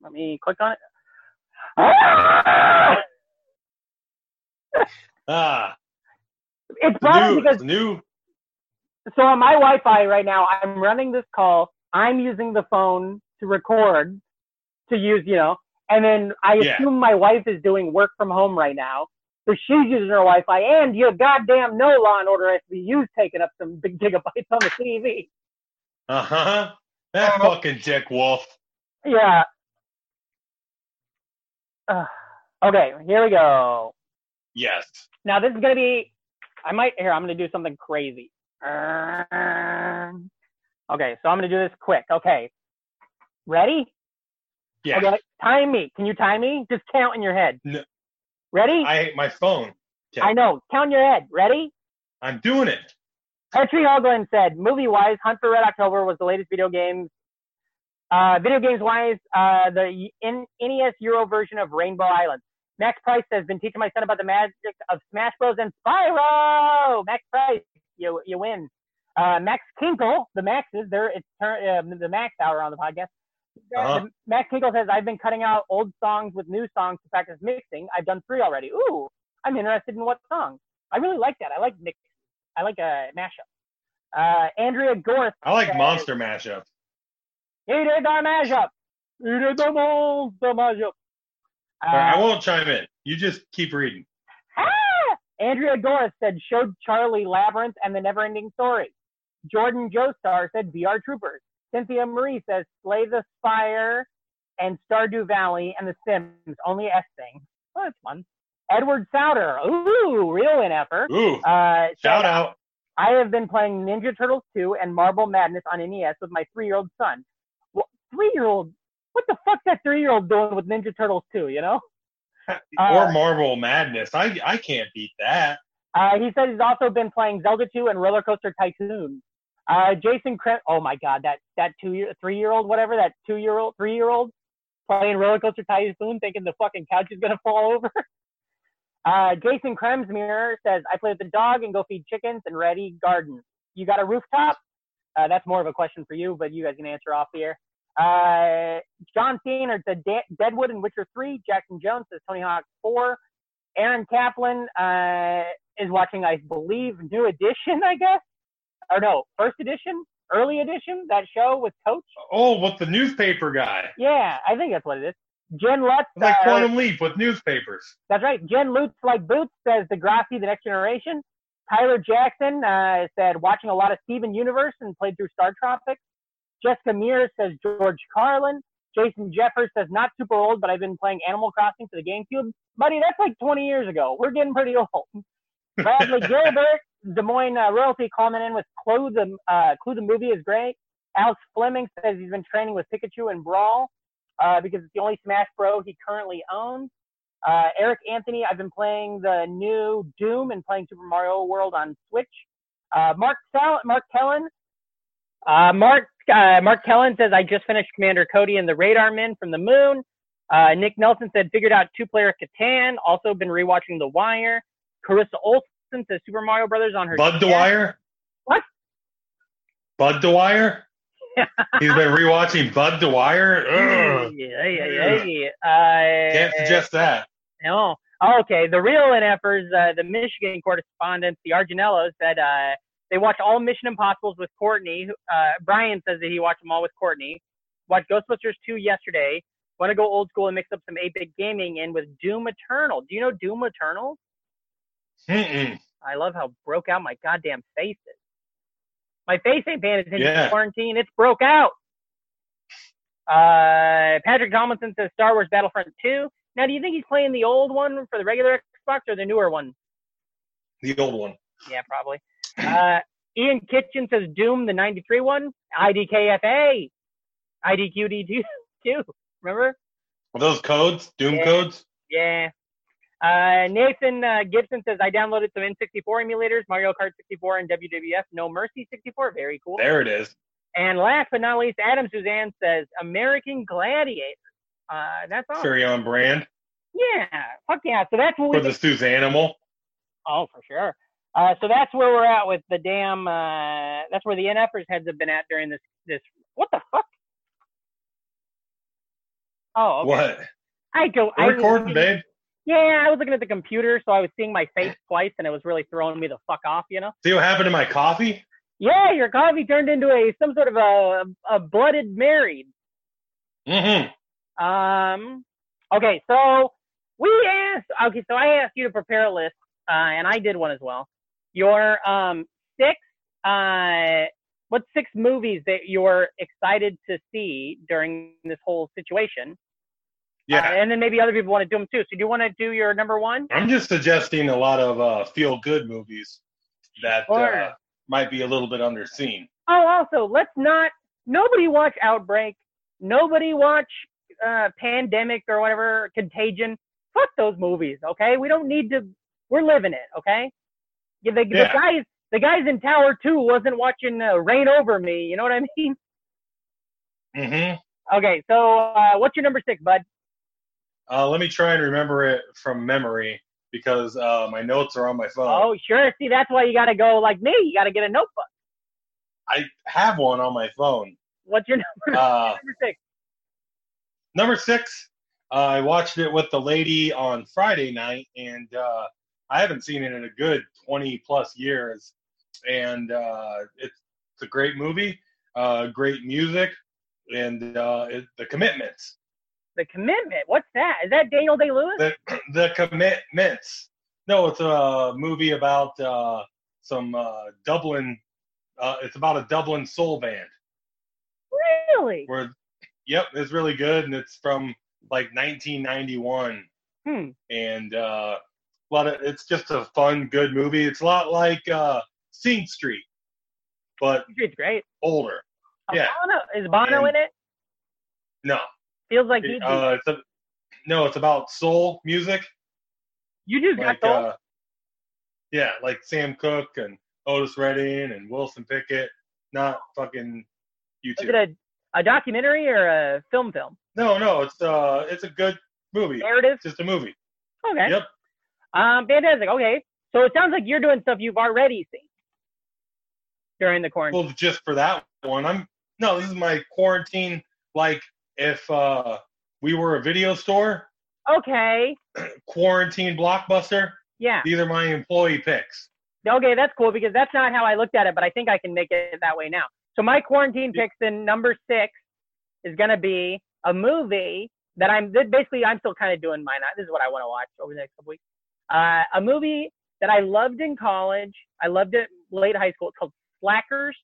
B: Let me click on it.
A: Ah,
B: It's
A: the
B: probably
A: new,
B: because
A: the new.
B: so on my Wi-Fi right now, I'm running this call. I'm using the phone to record, to use, you know, and then I
A: Yeah.
B: assume my wife is doing work from home right now, so she's using her Wi-Fi. And you goddamn know Law and Order SVU's taking up some big gigabytes on the TV.
A: Uh huh. That
B: Uh-huh.
A: fucking dick wolf.
B: Yeah. Ugh. okay, here we go.
A: Yes.
B: Now this is gonna be. I might here. I'm gonna do something crazy. Um, Okay, so I'm gonna do this quick. Okay, ready?
A: Yeah.
B: Okay, time me. Can you time me? Just count in your head.
A: No.
B: Ready?
A: I hate my phone. Okay.
B: I know. Count in your head. Ready?
A: I'm doing it.
B: Petri Hoagland said, movie wise, Hunt for Red October was the latest video games. Uh, video games wise, uh, the N- NES Euro version of Rainbow Island. Max Price has been teaching my son about the magic of Smash Bros. and Spyro. Max Price, you you win. Uh, Max Kinkle, the Maxes, there it's turn, uh, the Max Hour on the podcast. Uh,
A: Uh-huh.
B: Max Kinkle says I've been cutting out old songs with new songs to practice mixing. I've done three already. Ooh, I'm interested in what songs. I really like that. I like mix. I like a uh, mashup. Uh, Andrea Gorth,
A: I like
B: Okay.
A: monster mashup.
B: he did the mashup. He did the monster mashup.
A: All right, I
B: Uh,
A: won't chime in. You just keep reading.
B: ah! Andrea Gorth said showed Charlie Labyrinth and the Neverending Story. Jordan Joestar said VR Troopers. Cynthia Marie says Slay the Spire and Stardew Valley and The Sims. Only S thing. Oh, that's fun. Edward Souter. Ooh, real in effort.
A: Ooh,
B: Uh,
A: shout out.
B: I have been playing Ninja Turtles 2 and Marble Madness on NES with my three-year-old son. What, three-year-old? What the fuck's that three-year-old doing with Ninja Turtles 2? You know?
A: or Marvel Madness. I I can't beat that.
B: Uh, he said he's also been playing Zelda 2 and Roller Coaster Tycoon. Uh, Jason Krim, oh my god, that that two-year, three-year-old, whatever, that two-year-old, three-year-old playing Roller Coaster Tycoon, thinking the fucking couch is gonna fall over. Uh, Jason Kremsmere says, "I play with the dog and go feed chickens and ready garden. You got a rooftop? Uh, that's more of a question for you, but you guys can answer off the air." Uh, John Theanor said De- Deadwood and Witcher 3. Jackson Jones says Tony Hawk 4. Aaron Kaplan uh, is watching, I believe, New Edition, I guess, or no, First Edition, Early Edition, that show with Coach.
A: Oh, with the newspaper guy.
B: Yeah, I think that's what it is. Jen Lutz,
A: It's like
B: uh,
A: Quantum Leap with newspapers.
B: that's right. Jen Lutz, like Boots, says Degrassi, The Next Generation. Tyler Jackson uh, said watching a lot of Steven Universe and played through Star Tropics. Jessica Mears says George Carlin. Jason Jeffers says not super old, but I've been playing Animal Crossing for the GameCube. Buddy, that's like 20 years ago. We're getting pretty old. Bradley Gilbert, Des Moines uh, royalty, calling in with Clue the uh, Clue the movie is great. Alex Fleming says he's been training with Pikachu and Brawl uh, because it's the only Smash Bro he currently owns. Uh, Eric Anthony, I've been playing the new Doom and playing Super Mario World on Switch. Uh, Mark Sal- Mark Kellen, uh, Mark uh, Mark Kellen says I just finished Commander Cody and the Radar Men from the Moon. Uh, Nick Nelson said figured out two-player Catan. Also been rewatching The Wire. Carissa Olson says Super Mario Brothers on her.
A: Bud
B: DS.
A: Dwyer?
B: What?
A: Bud Dwyer? He's been rewatching Bud Dwyer? Ugh.
B: Yeah, yeah, yeah, yeah. Uh,
A: Can't suggest that.
B: No. Oh, okay. The real NFers, uh, the Michigan correspondent, the Arginellos, said uh, they watch all Mission Impossibles with Courtney. who- Uh, Brian says that he watched them all with Courtney. Watched Ghostbusters 2 yesterday. Want to go old school and mix up some 8 bit gaming in with Doom Eternal. Do you know Doom Eternal?
A: Mm-mm.
B: I love how broke out my goddamn face is. My face ain't paying attention
A: Yeah.
B: to quarantine. It's broke out. Uh, Patrick Tomlinson says Star Wars Battlefront 2. Now, do you think he's playing the old one for the regular Xbox or the newer one?
A: The old one.
B: Yeah, probably. Uh, Ian Kitchen says Doom, the 93 one. IDKFA. IDQD2. Remember?
A: Are those codes? Doom
B: Yeah.
A: codes?
B: Yeah. Uh, Nathan uh, Gibson says, I downloaded some N64 emulators, Mario Kart 64 and WWF No Mercy 64. Very cool.
A: There it is.
B: And last but not least, Adam Suzanne says, American Gladiator. Uh, that's all.
A: Very on brand
B: Yeah. Fuck yeah. So that's what we
A: for the Suze Animal.
B: Oh, for sure. Uh, so that's where we're at with the damn. Uh, that's where the NFers heads have been at during this. This what the fuck? Oh, okay.
A: What?
B: I go. I
A: We're
B: was
A: recording,
B: looking-
A: babe.
B: Yeah, I was looking at the computer, so I was seeing my face twice, and it was really throwing me the fuck off, you know.
A: See what happened to my coffee?
B: Yeah, your coffee turned into a some sort of a a blooded married.
A: Mm-hmm.
B: Um. Okay, so we asked. Okay, so I asked you to prepare a list, uh, and I did one as well. Your um six uh what six movies that you're excited to see during this whole situation?
A: Yeah.
B: Uh, and then maybe other people want to do them too. So do you want to do your number one?
A: I'm just suggesting a lot of uh, feel good movies that uh,
B: Sure.
A: might be a little bit underseen.
B: Oh, also let's not. Nobody watch Outbreak. Nobody watch uh, Pandemic or whatever Contagion. Fuck those movies, okay? We don't need to. We're living it, okay? Yeah, The,
A: Yeah.
B: the guys, the guys in Tower Two wasn't watching uh, Rain Over Me. You know what I mean?
A: Mm-hmm.
B: Okay, so uh, what's your number six, bud?
A: Uh, let me try and remember it from memory because uh, my notes are on my phone.
B: Oh, sure. See, that's why you got to go like me. You got to get a notebook.
A: I have one on my phone.
B: What's your number,
A: Uh,
B: number six?
A: number six, uh, I watched it with the lady on Friday night, and uh, I haven't seen it in a good 20 plus years. And uh, it's, it's a great movie, uh, great music, and uh, it, the commitments.
B: The Commitment. What's that? Is that Daniel Day Lewis?
A: the the commitments. No, it's a movie about uh, some uh, Dublin. Uh, it's about a Dublin soul band.
B: really?
A: Where, yep, it's really good, and it's from like 1991,
B: Hmm.
A: and uh, a lot of. It's just a fun, good movie. It's a lot like uh, Sing Street, but
B: It's great.
A: older. Yeah.
B: Bono, is Bono
A: And-
B: in it?
A: No,
B: Feels like he.
A: uh, it's a, no, it's about soul music.
B: you just
A: like
B: got told.
A: uh, yeah, like Sam Cooke and Otis Redding and Wilson Pickett, not fucking you
B: was
A: two.
B: it a, a documentary or a film? Film
A: no, no, it's uh, it's a good movie.
B: narrative.
A: It's just a movie.
B: Okay.
A: Yep.
B: Um, fantastic. Okay, so it sounds like you're doing stuff you've already seen during the quarantine.
A: Well, just for that one, I'm no. This is my quarantine. Like if uh, we were a video store,
B: okay.
A: quarantine blockbuster.
B: Yeah.
A: These are my employee picks.
B: Okay, that's cool because that's not how I looked at it, but I think I can make it that way now. So my quarantine
A: Yeah.
B: picks in number six is gonna be a movie that I'm that basically I'm still kind of doing mine. This is what I want to watch over the next couple weeks. Uh, a movie that I loved in college. I loved it late high school. It's called Slackers.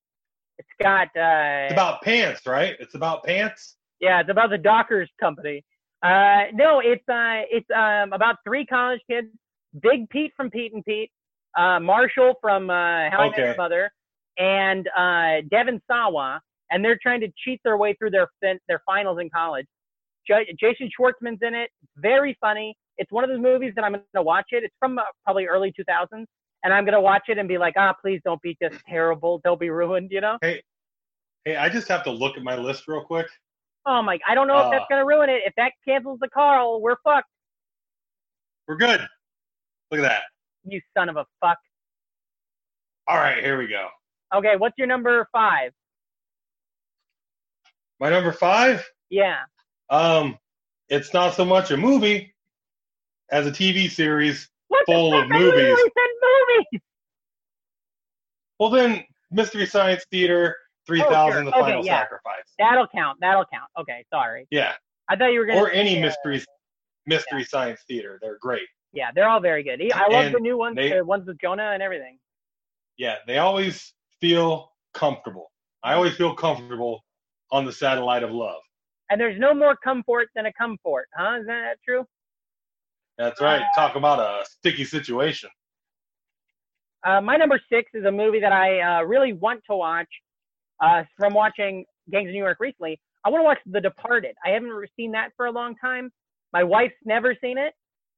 B: It's got uh,
A: It's about pants, right? It's about pants.
B: yeah, it's about the Dockers company. Uh, no, it's uh, it's um, about three college kids. Big Pete from Pete and Pete, uh, Marshall from uh, How I Met
A: Okay.
B: Your Mother, and uh, Devin Sawa, and they're trying to cheat their way through their fin- their finals in college. J- Jason Schwartzman's in it. It's very funny. It's one of those movies that I'm going to watch it. It's from uh, probably early 2000s, and I'm going to watch it and be like, ah, please don't be just terrible. Don't be ruined, you know?
A: Hey, I just have to look at my list real quick.
B: Oh my! I don't know if
A: Uh,
B: that's going to ruin it. If that cancels the Carl, we're fucked.
A: We're good. Look at that.
B: You son of a fuck.
A: All right, here we go.
B: Okay, what's your number five?
A: My number five.
B: Yeah.
A: Um, it's not so much a movie as a TV series.
B: What
A: Full
B: the
A: of
B: fuck? I literally
A: movies.
B: said movies.
A: Well, then Mystery Science Theater, three
B: Oh,
A: thousand,
B: sure.
A: The
B: Okay,
A: Final
B: yeah.
A: Sacrifice.
B: That'll count. That'll count. Okay, sorry.
A: Yeah,
B: I thought you were gonna.
A: or any
B: yeah,
A: mystery mystery science theater. They're great.
B: Yeah, they're all very good. E, I love
A: And
B: the new ones,
A: they-
B: the ones with Jonah and everything.
A: Yeah, they always feel comfortable. I always feel comfortable on the satellite of love.
B: And there's no more comfort than a comfort, huh? Isn't that true?
A: That's right. Talk about a sticky situation.
B: Uh, my number six is a movie that I uh, really want to watch uh, from watching Gangs of New York recently. I want to watch The Departed. I haven't re- seen that for a long time. My wife's never seen it,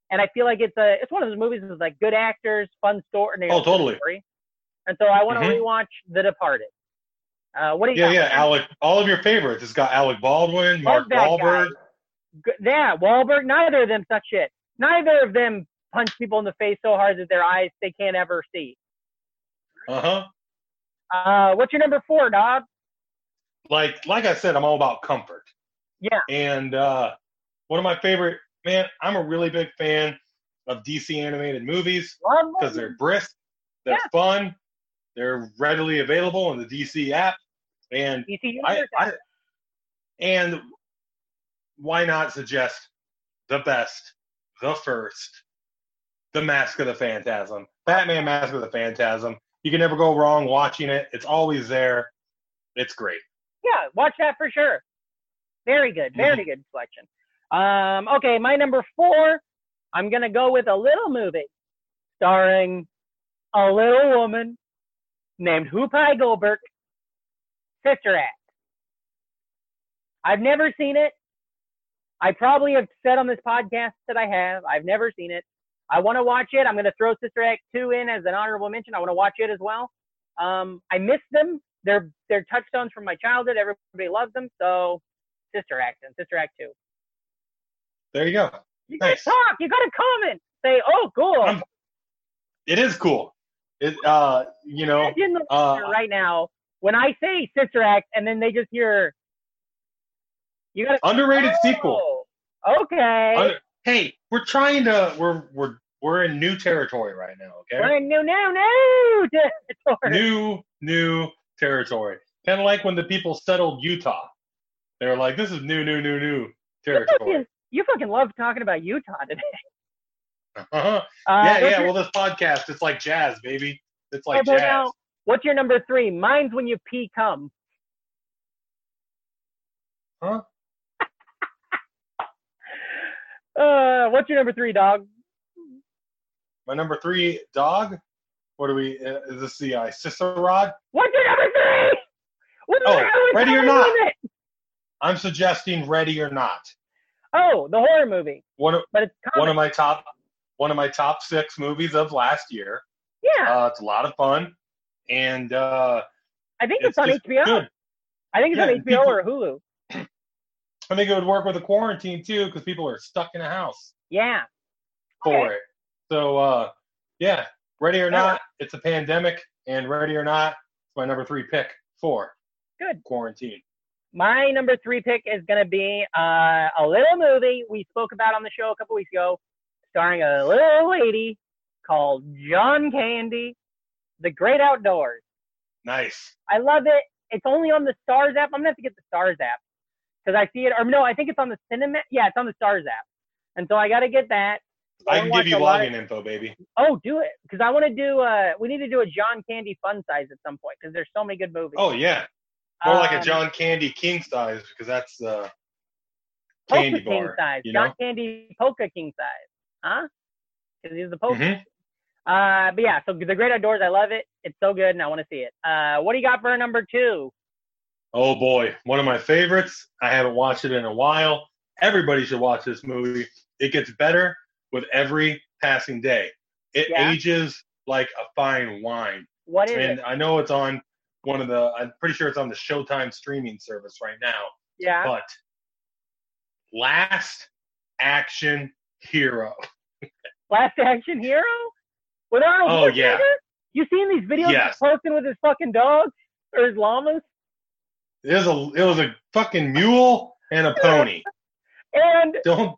B: and I feel like it's a it's one of those movies with like good actors, fun story. and a
A: Oh,
B: good
A: totally.
B: Story. And so I want to
A: Mhm.
B: rewatch The Departed. Uh, what do you
A: Yeah,
B: got?
A: yeah. Alec, all of your favorites. It's got Alec Baldwin, Mark
B: that guy.
A: Wahlberg.
B: G- Yeah, Wahlberg. Neither of them such shit. Neither of them punch people in the face so hard that their eyes they can't ever see.
A: Uh huh.
B: Uh, what's your number four, Dob?
A: like like I said, I'm all about comfort.
B: Yeah.
A: And uh, one of my favorite man, I'm a really big fan of DC animated movies
B: Love
A: because they're brisk, they're
B: Yeah.
A: fun, they're readily available on the DC app, and
B: DC
A: I,
B: Universe.
A: I and why not suggest the best, the first, the Mask of the Phantasm, Batman Mask of the Phantasm. You can never go wrong watching it. It's always there. It's great.
B: yeah, watch that for sure. Very good, very good selection. Um, okay, my number four, I'm gonna go with a little movie starring a little woman named Hoopai Goldberg, Sister Act. I've never seen it. I probably have said on this podcast that I have. I've never seen it. I want to watch it. I'm going to throw Sister Act 2 in as an honorable mention. I want to watch it as well. Um, I miss them. They're they're touchstones from my childhood. Everybody loved them. So Sister Act and Sister Act 2.
A: There you go.
B: You got to
A: Nice.
B: talk. You got to comment. Say, oh, cool.
A: I'm- It is cool. It uh you know
B: Imagine the
A: uh
B: listener right now when I say Sister Act and then they just hear, you got to.
A: underrated sequel.
B: Okay.
A: Under- hey, we're trying to we're we're we're in new territory right now, okay?
B: We're in new, new, new territory.
A: New new territory. Kind of like when the people settled Utah. They were like this is new new new new
B: you,
A: territory.
B: fucking, you fucking love talking about Utah today.
A: Uh-huh.
B: Uh,
A: Yeah,
B: what's
A: yeah,
B: your-
A: well this podcast it's like jazz, baby. It's like
B: Okay,
A: jazz.
B: now, what's your number three? Mine's when you pee come.
A: Huh?
B: uh, what's your number three, dog?
A: My number 3 dog. What do we uh, is this the uh, Cicerod?
B: What's your number three? What the
A: Oh,
B: hell is
A: Ready or
B: going
A: Not.
B: with it?
A: I'm suggesting Ready or Not.
B: Oh, the horror movie,
A: One of
B: but it's
A: one
B: comedy.
A: of my top one of my top six movies of last year.
B: yeah,
A: Uh, it's a lot of fun, and uh,
B: I think it's,
A: it's
B: on
A: just
B: HBO.
A: good.
B: I think it's
A: Yeah,
B: on HBO or Hulu.
A: I think it would work with a quarantine too, because people are stuck in a house
B: Yeah,
A: for
B: Okay.
A: it. So uh, yeah, Ready or
B: Yeah.
A: Not, it's a pandemic, and Ready or Not, it's my number three pick for
B: Good.
A: quarantine.
B: my number three pick is gonna be uh, a little movie we spoke about on the show a couple weeks ago, starring a little lady called John Candy, The Great Outdoors.
A: Nice.
B: I love it. It's only on the Stars app. I'm gonna have to get the Stars app because I see it. Or no, I think it's on the Cinema. Yeah, it's on the Stars app, and so I gotta get that.
A: I
B: wanna
A: can
B: watch
A: give you
B: a lot of-
A: login info, baby.
B: Oh, do it because I want to do. Uh, we need to do a John Candy fun size at some point because there's so many good movies.
A: Oh yeah, or like a
B: Um,
A: John Candy king size, because that's uh,
B: Polka
A: candy
B: King
A: bar.
B: size.
A: you
B: John
A: know?
B: Candy Polka King size, huh? Because he's the polka.
A: Mhm.
B: Uh, but yeah, so the great outdoors, I love it. It's so good, and I want to see it. Uh, what do you got for number two?
A: Oh boy, one of my favorites. I haven't watched it in a while. Everybody should watch this movie. It gets better with every passing day. It
B: Yeah.
A: ages like a fine wine.
B: What is
A: And
B: it?
A: I know it's on one of the I'm pretty sure it's on the Showtime streaming service right now.
B: Yeah,
A: But last action hero.
B: Last Action Hero. With Arnold
A: Oh, yeah.
B: Schwarzenegger? You seen these videos
A: Yes.
B: he's posting with his fucking dogs or his llamas?
A: It was a it was a fucking mule and a pony.
B: And
A: Don't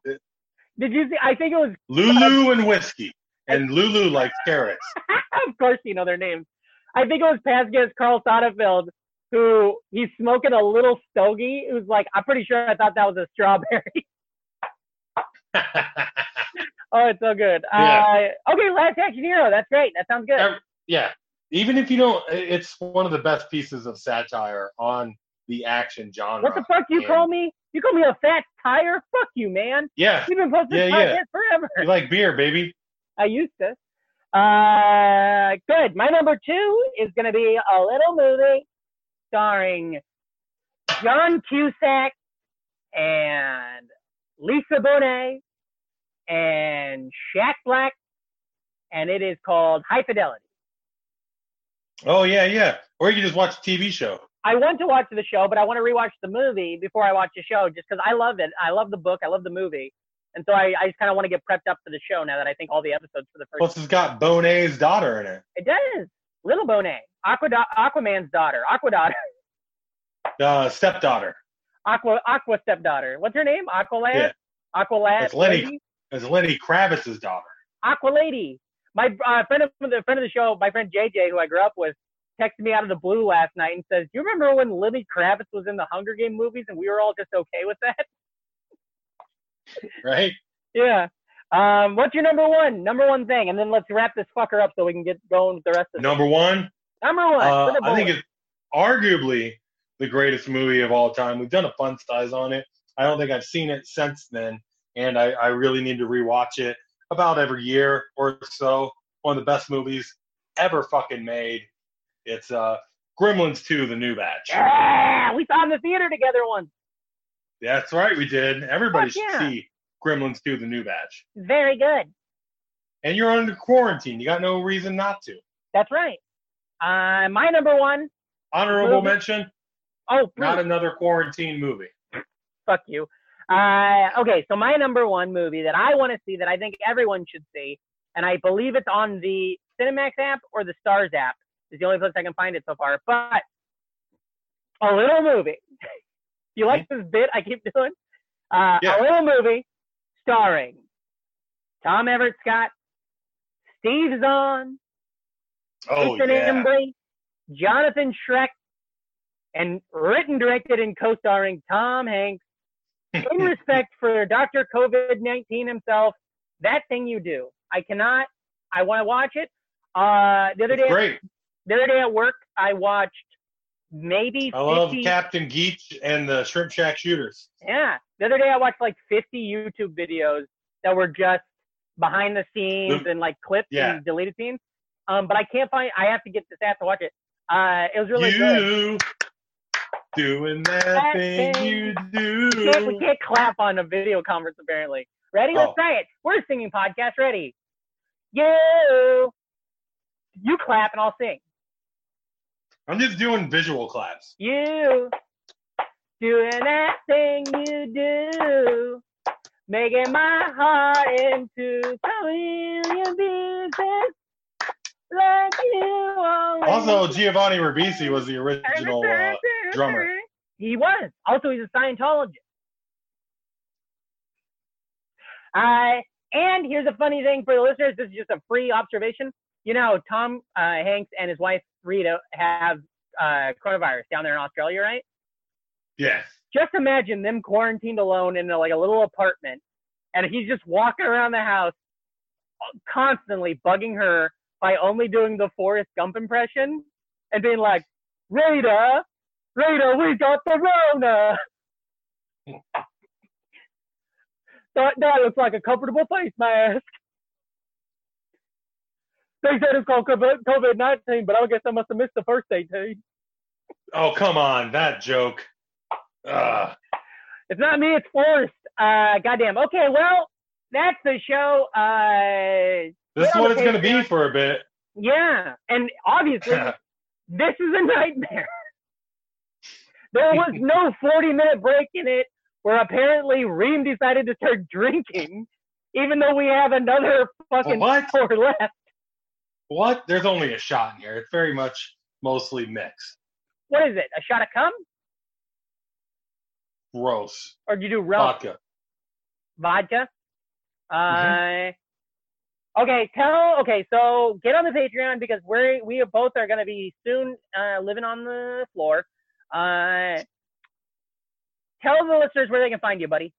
B: did you see? I think it was
A: Lulu and whiskey. And Lulu likes carrots.
B: of course you know their names. I think it was past guest Carl Sonnenfeld who he's smoking a little stogie. Who's like, I'm pretty sure I thought that was a strawberry. oh, it's so good.
A: Yeah.
B: Uh, okay, Last Action Hero. That's great. That sounds good.
A: Ev- yeah even if you don't i- it's one of the best pieces of satire on the action genre
B: what the fuck you
A: and-
B: call me? You call me a fat tire? Fuck you, man.
A: yeah
B: We've been posting
A: Yeah,
B: this
A: yeah.
B: podcast forever.
A: you like beer baby
B: I used to. Uh, good. My number two is going to be a little movie starring John Cusack and Lisa Bonet and Shaq Black, and it is called High Fidelity.
A: oh yeah yeah or you can just watch a tv show
B: I want to watch the show, but I want to rewatch the movie before I watch the show just because I love it. I love the book. I love the movie. And so I, I just kind of want to get prepped up for the show now that I think all the episodes for the first
A: plus it's got bonet's daughter in it
B: It does. Little Bonet, Aqua, Aquaman's daughter, Aqua daughter,
A: uh, stepdaughter
B: Aqua Aqua stepdaughter. What's her name? Aqualad.
A: Yeah.
B: Aqualad.
A: That's Lenny. is lenny kravitz's daughter
B: Aqua lady. My uh, friend of the friend of the show, my friend JJ, who I grew up with, texted me out of the blue last night and says, "Do you remember when Lenny Kravitz was in the Hunger Game movies and we were all just okay with that?"
A: right
B: yeah. Um, what's your number one? Number one thing, and then let's wrap this fucker up so we can get going with the rest of it.
A: number one
B: Number one.
A: uh,
B: for the
A: i think
B: boys.
A: it's arguably the greatest movie of all time we've done a fun size on it i don't think i've seen it since then and i, I really need to rewatch it about every year or so one of the best movies ever fucking made it's uh gremlins 2 the new batch
B: yeah, we saw it in the theater together once.
A: that's right we did everybody
B: Fuck
A: should
B: yeah.
A: see gremlins 2 the new batch
B: Very good.
A: and you're under quarantine you got no reason not to
B: That's right. Uh, my number one.
A: honorable
B: Movie.
A: mention
B: Oh, please,
A: not another quarantine movie
B: fuck you. Uh, okay, so my number one movie that I want to see that I think everyone should see, and I believe it's on the Cinemax app or the Stars app is the only place I can find it so far. But a little movie. you like this bit I keep doing? Uh,
A: Yeah.
B: A little movie starring Tom Everett Scott, Steve Zahn,
A: oh
B: Ethan
A: yeah
B: Embry, Jonathan Schreck, and written, directed, and co-starring Tom Hanks. In respect for Dr. COVID-19 himself, that thing you do. I cannot. I want to watch it. Uh, the other
A: It's
B: day,
A: great
B: the other day at work, I watched maybe
A: I love
B: 50
A: Captain Geach and the Shrimp Shack Shooters.
B: Yeah. The other day I watched like 50 YouTube videos that were just behind the scenes
A: The-
B: and like clips
A: Yeah.
B: and deleted scenes. Um, but I can't find. I have to get this app to watch it. Uh, it was really good.
A: you doing that,
B: That
A: thing,
B: thing.
A: you do.
B: We can't, we can't clap on a video conference apparently. Ready? Let's
A: Mm. Oh.
B: try it. We're a singing podcast. Ready? You. You clap and I'll sing.
A: I'm just doing visual claps.
B: You doing that thing you do, making my heart into million pieces, like you always.
A: Also, Giovanni Ribisi was the original. Uh, drummer.
B: He was. Also, he's a Scientologist. Uh, and here's a funny thing for the listeners. This is just a free observation. You know, Tom uh, Hanks and his wife Rita have uh, coronavirus down there in Australia, right?
A: yes.
B: just imagine them quarantined alone in like a little apartment and he's just walking around the house constantly bugging her by only doing the Forrest Gump impression and being like, Rita, Rita, we got the Rona. that, that looks like a comfortable face mask. They said it's called COVID 19, but I guess I must have missed the first 18.
A: Oh, come on, that joke. Uh,
B: It's not me, it's Forrest. Uh, goddamn. Okay, well, that's the show. Uh,
A: this is
B: Yeah,
A: what it's
B: okay,
A: going to be
B: yeah.
A: for a bit.
B: yeah, and obviously, this is a nightmare. There was no 40 minute break in it where apparently Reem decided to start drinking, even though we have another fucking
A: What?
B: hour left.
A: What? There's only a shot in here. It's very much mostly mixed.
B: What is it? A shot of cum?
A: Gross.
B: Or do you do rum?
A: Vodka.
B: Vodka? Uh, okay, tell. Okay, so get on the Patreon because we're, we are both are going to be soon uh, living on the floor. Uh, tell the listeners where they can find you, buddy.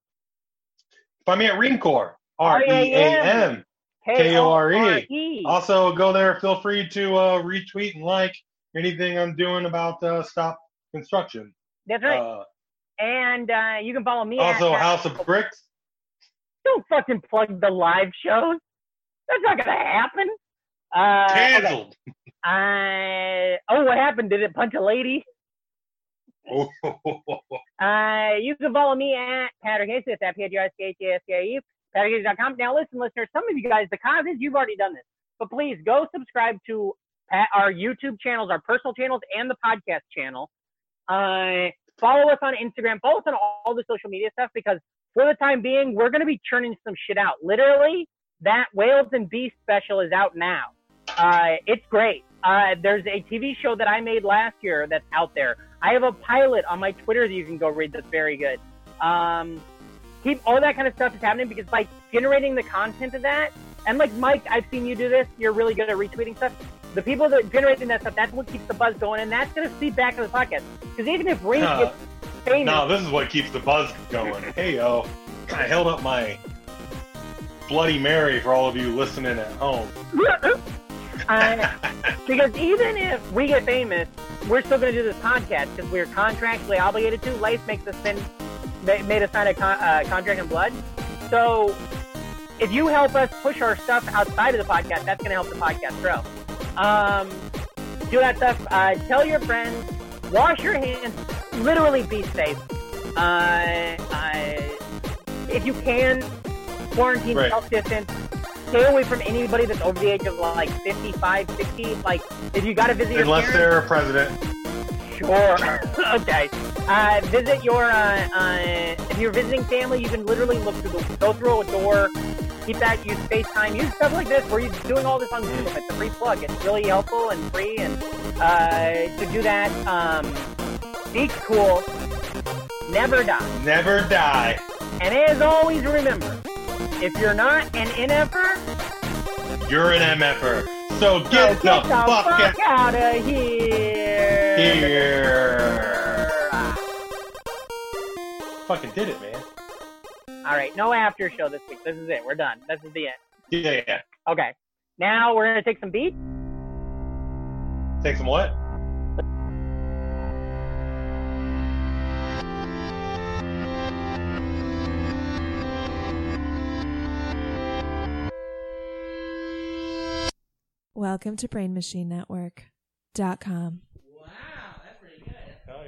A: Find me at Reamcore.
B: Oh,
A: R E A M. K-O-R-E.
B: K-O-R-E.
A: Also, go there. Feel free to uh, retweet and like anything I'm doing about uh, stop construction.
B: That's right.
A: Uh,
B: and uh, you can follow me.
A: also,
B: at,
A: House of Bricks.
B: don't fucking plug the live shows. That's not gonna happen. Uh, okay.
A: Canceled.
B: Uh, oh, what happened? Did it punch a lady? Uh, you can follow me at Patrick Hayes. That's at E P-A-T-R-I-C-K-H-A-S-K-E, PatrickHayes.com. Now, listen, listeners, some of you guys, the cause is you've already done this, but please go subscribe to Pat, our YouTube channels, our personal channels, and the podcast channel. Uh, follow us on Instagram. Follow us on all the social media stuff because for the time being, we're going to be churning some shit out. Literally, that Whales and Beast special is out now. Uh, it's great. Uh, there's a TV show that I made last year that's out there. I have a pilot on my Twitter that you can go read that's very good. Um, keep all that kind of stuff is happening because by generating the content of that, and like Mike, I've seen you do this. You're really good at retweeting stuff. The people that are generating that stuff, that's what keeps the buzz going, and that's going to feed back to the podcast. Because even if Reed
A: Huh.
B: gets famous,
A: no, this is what keeps the buzz going. Hey, yo. I held up my Bloody Mary for all of you listening at home.
B: Uh, because even if we get famous, we're still going to do this podcast because we're contractually obligated to. Life makes us sin, ma- made us sign a con- uh, contract in blood. So if you help us push our stuff outside of the podcast, that's going to help the podcast grow. Um, do that stuff. Uh, tell your friends. Wash your hands. Literally be safe. Uh, I, if you can, quarantine,
A: Right.
B: self distance stay away from anybody that's over the age of like 55, 60. Like, if you got to visit
A: Unless
B: your
A: they're a president.
B: parents, sure. okay. Uh, visit your, uh, uh, if you're visiting family, you can literally look through the, go through a door, keep that, use FaceTime, use stuff like this where you're doing all this on Zoom. It's a free plug. It's really helpful and free. And uh, to do that, um, be cool, never die.
A: Never die.
B: And as always, remember, if you're not an NFer,
A: You're an MFer. So get the
B: Get
A: fuck out
B: out of here.
A: here. Fucking did it, man.
B: All right, no after show this week. This is it. We're done. This is the end.
A: Yeah, yeah.
B: Okay. Now we're going to take some beats.
A: Take some what?
C: Welcome to Brain Machine Network.com.
A: Oh,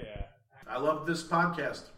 A: yeah.
D: I love this podcast.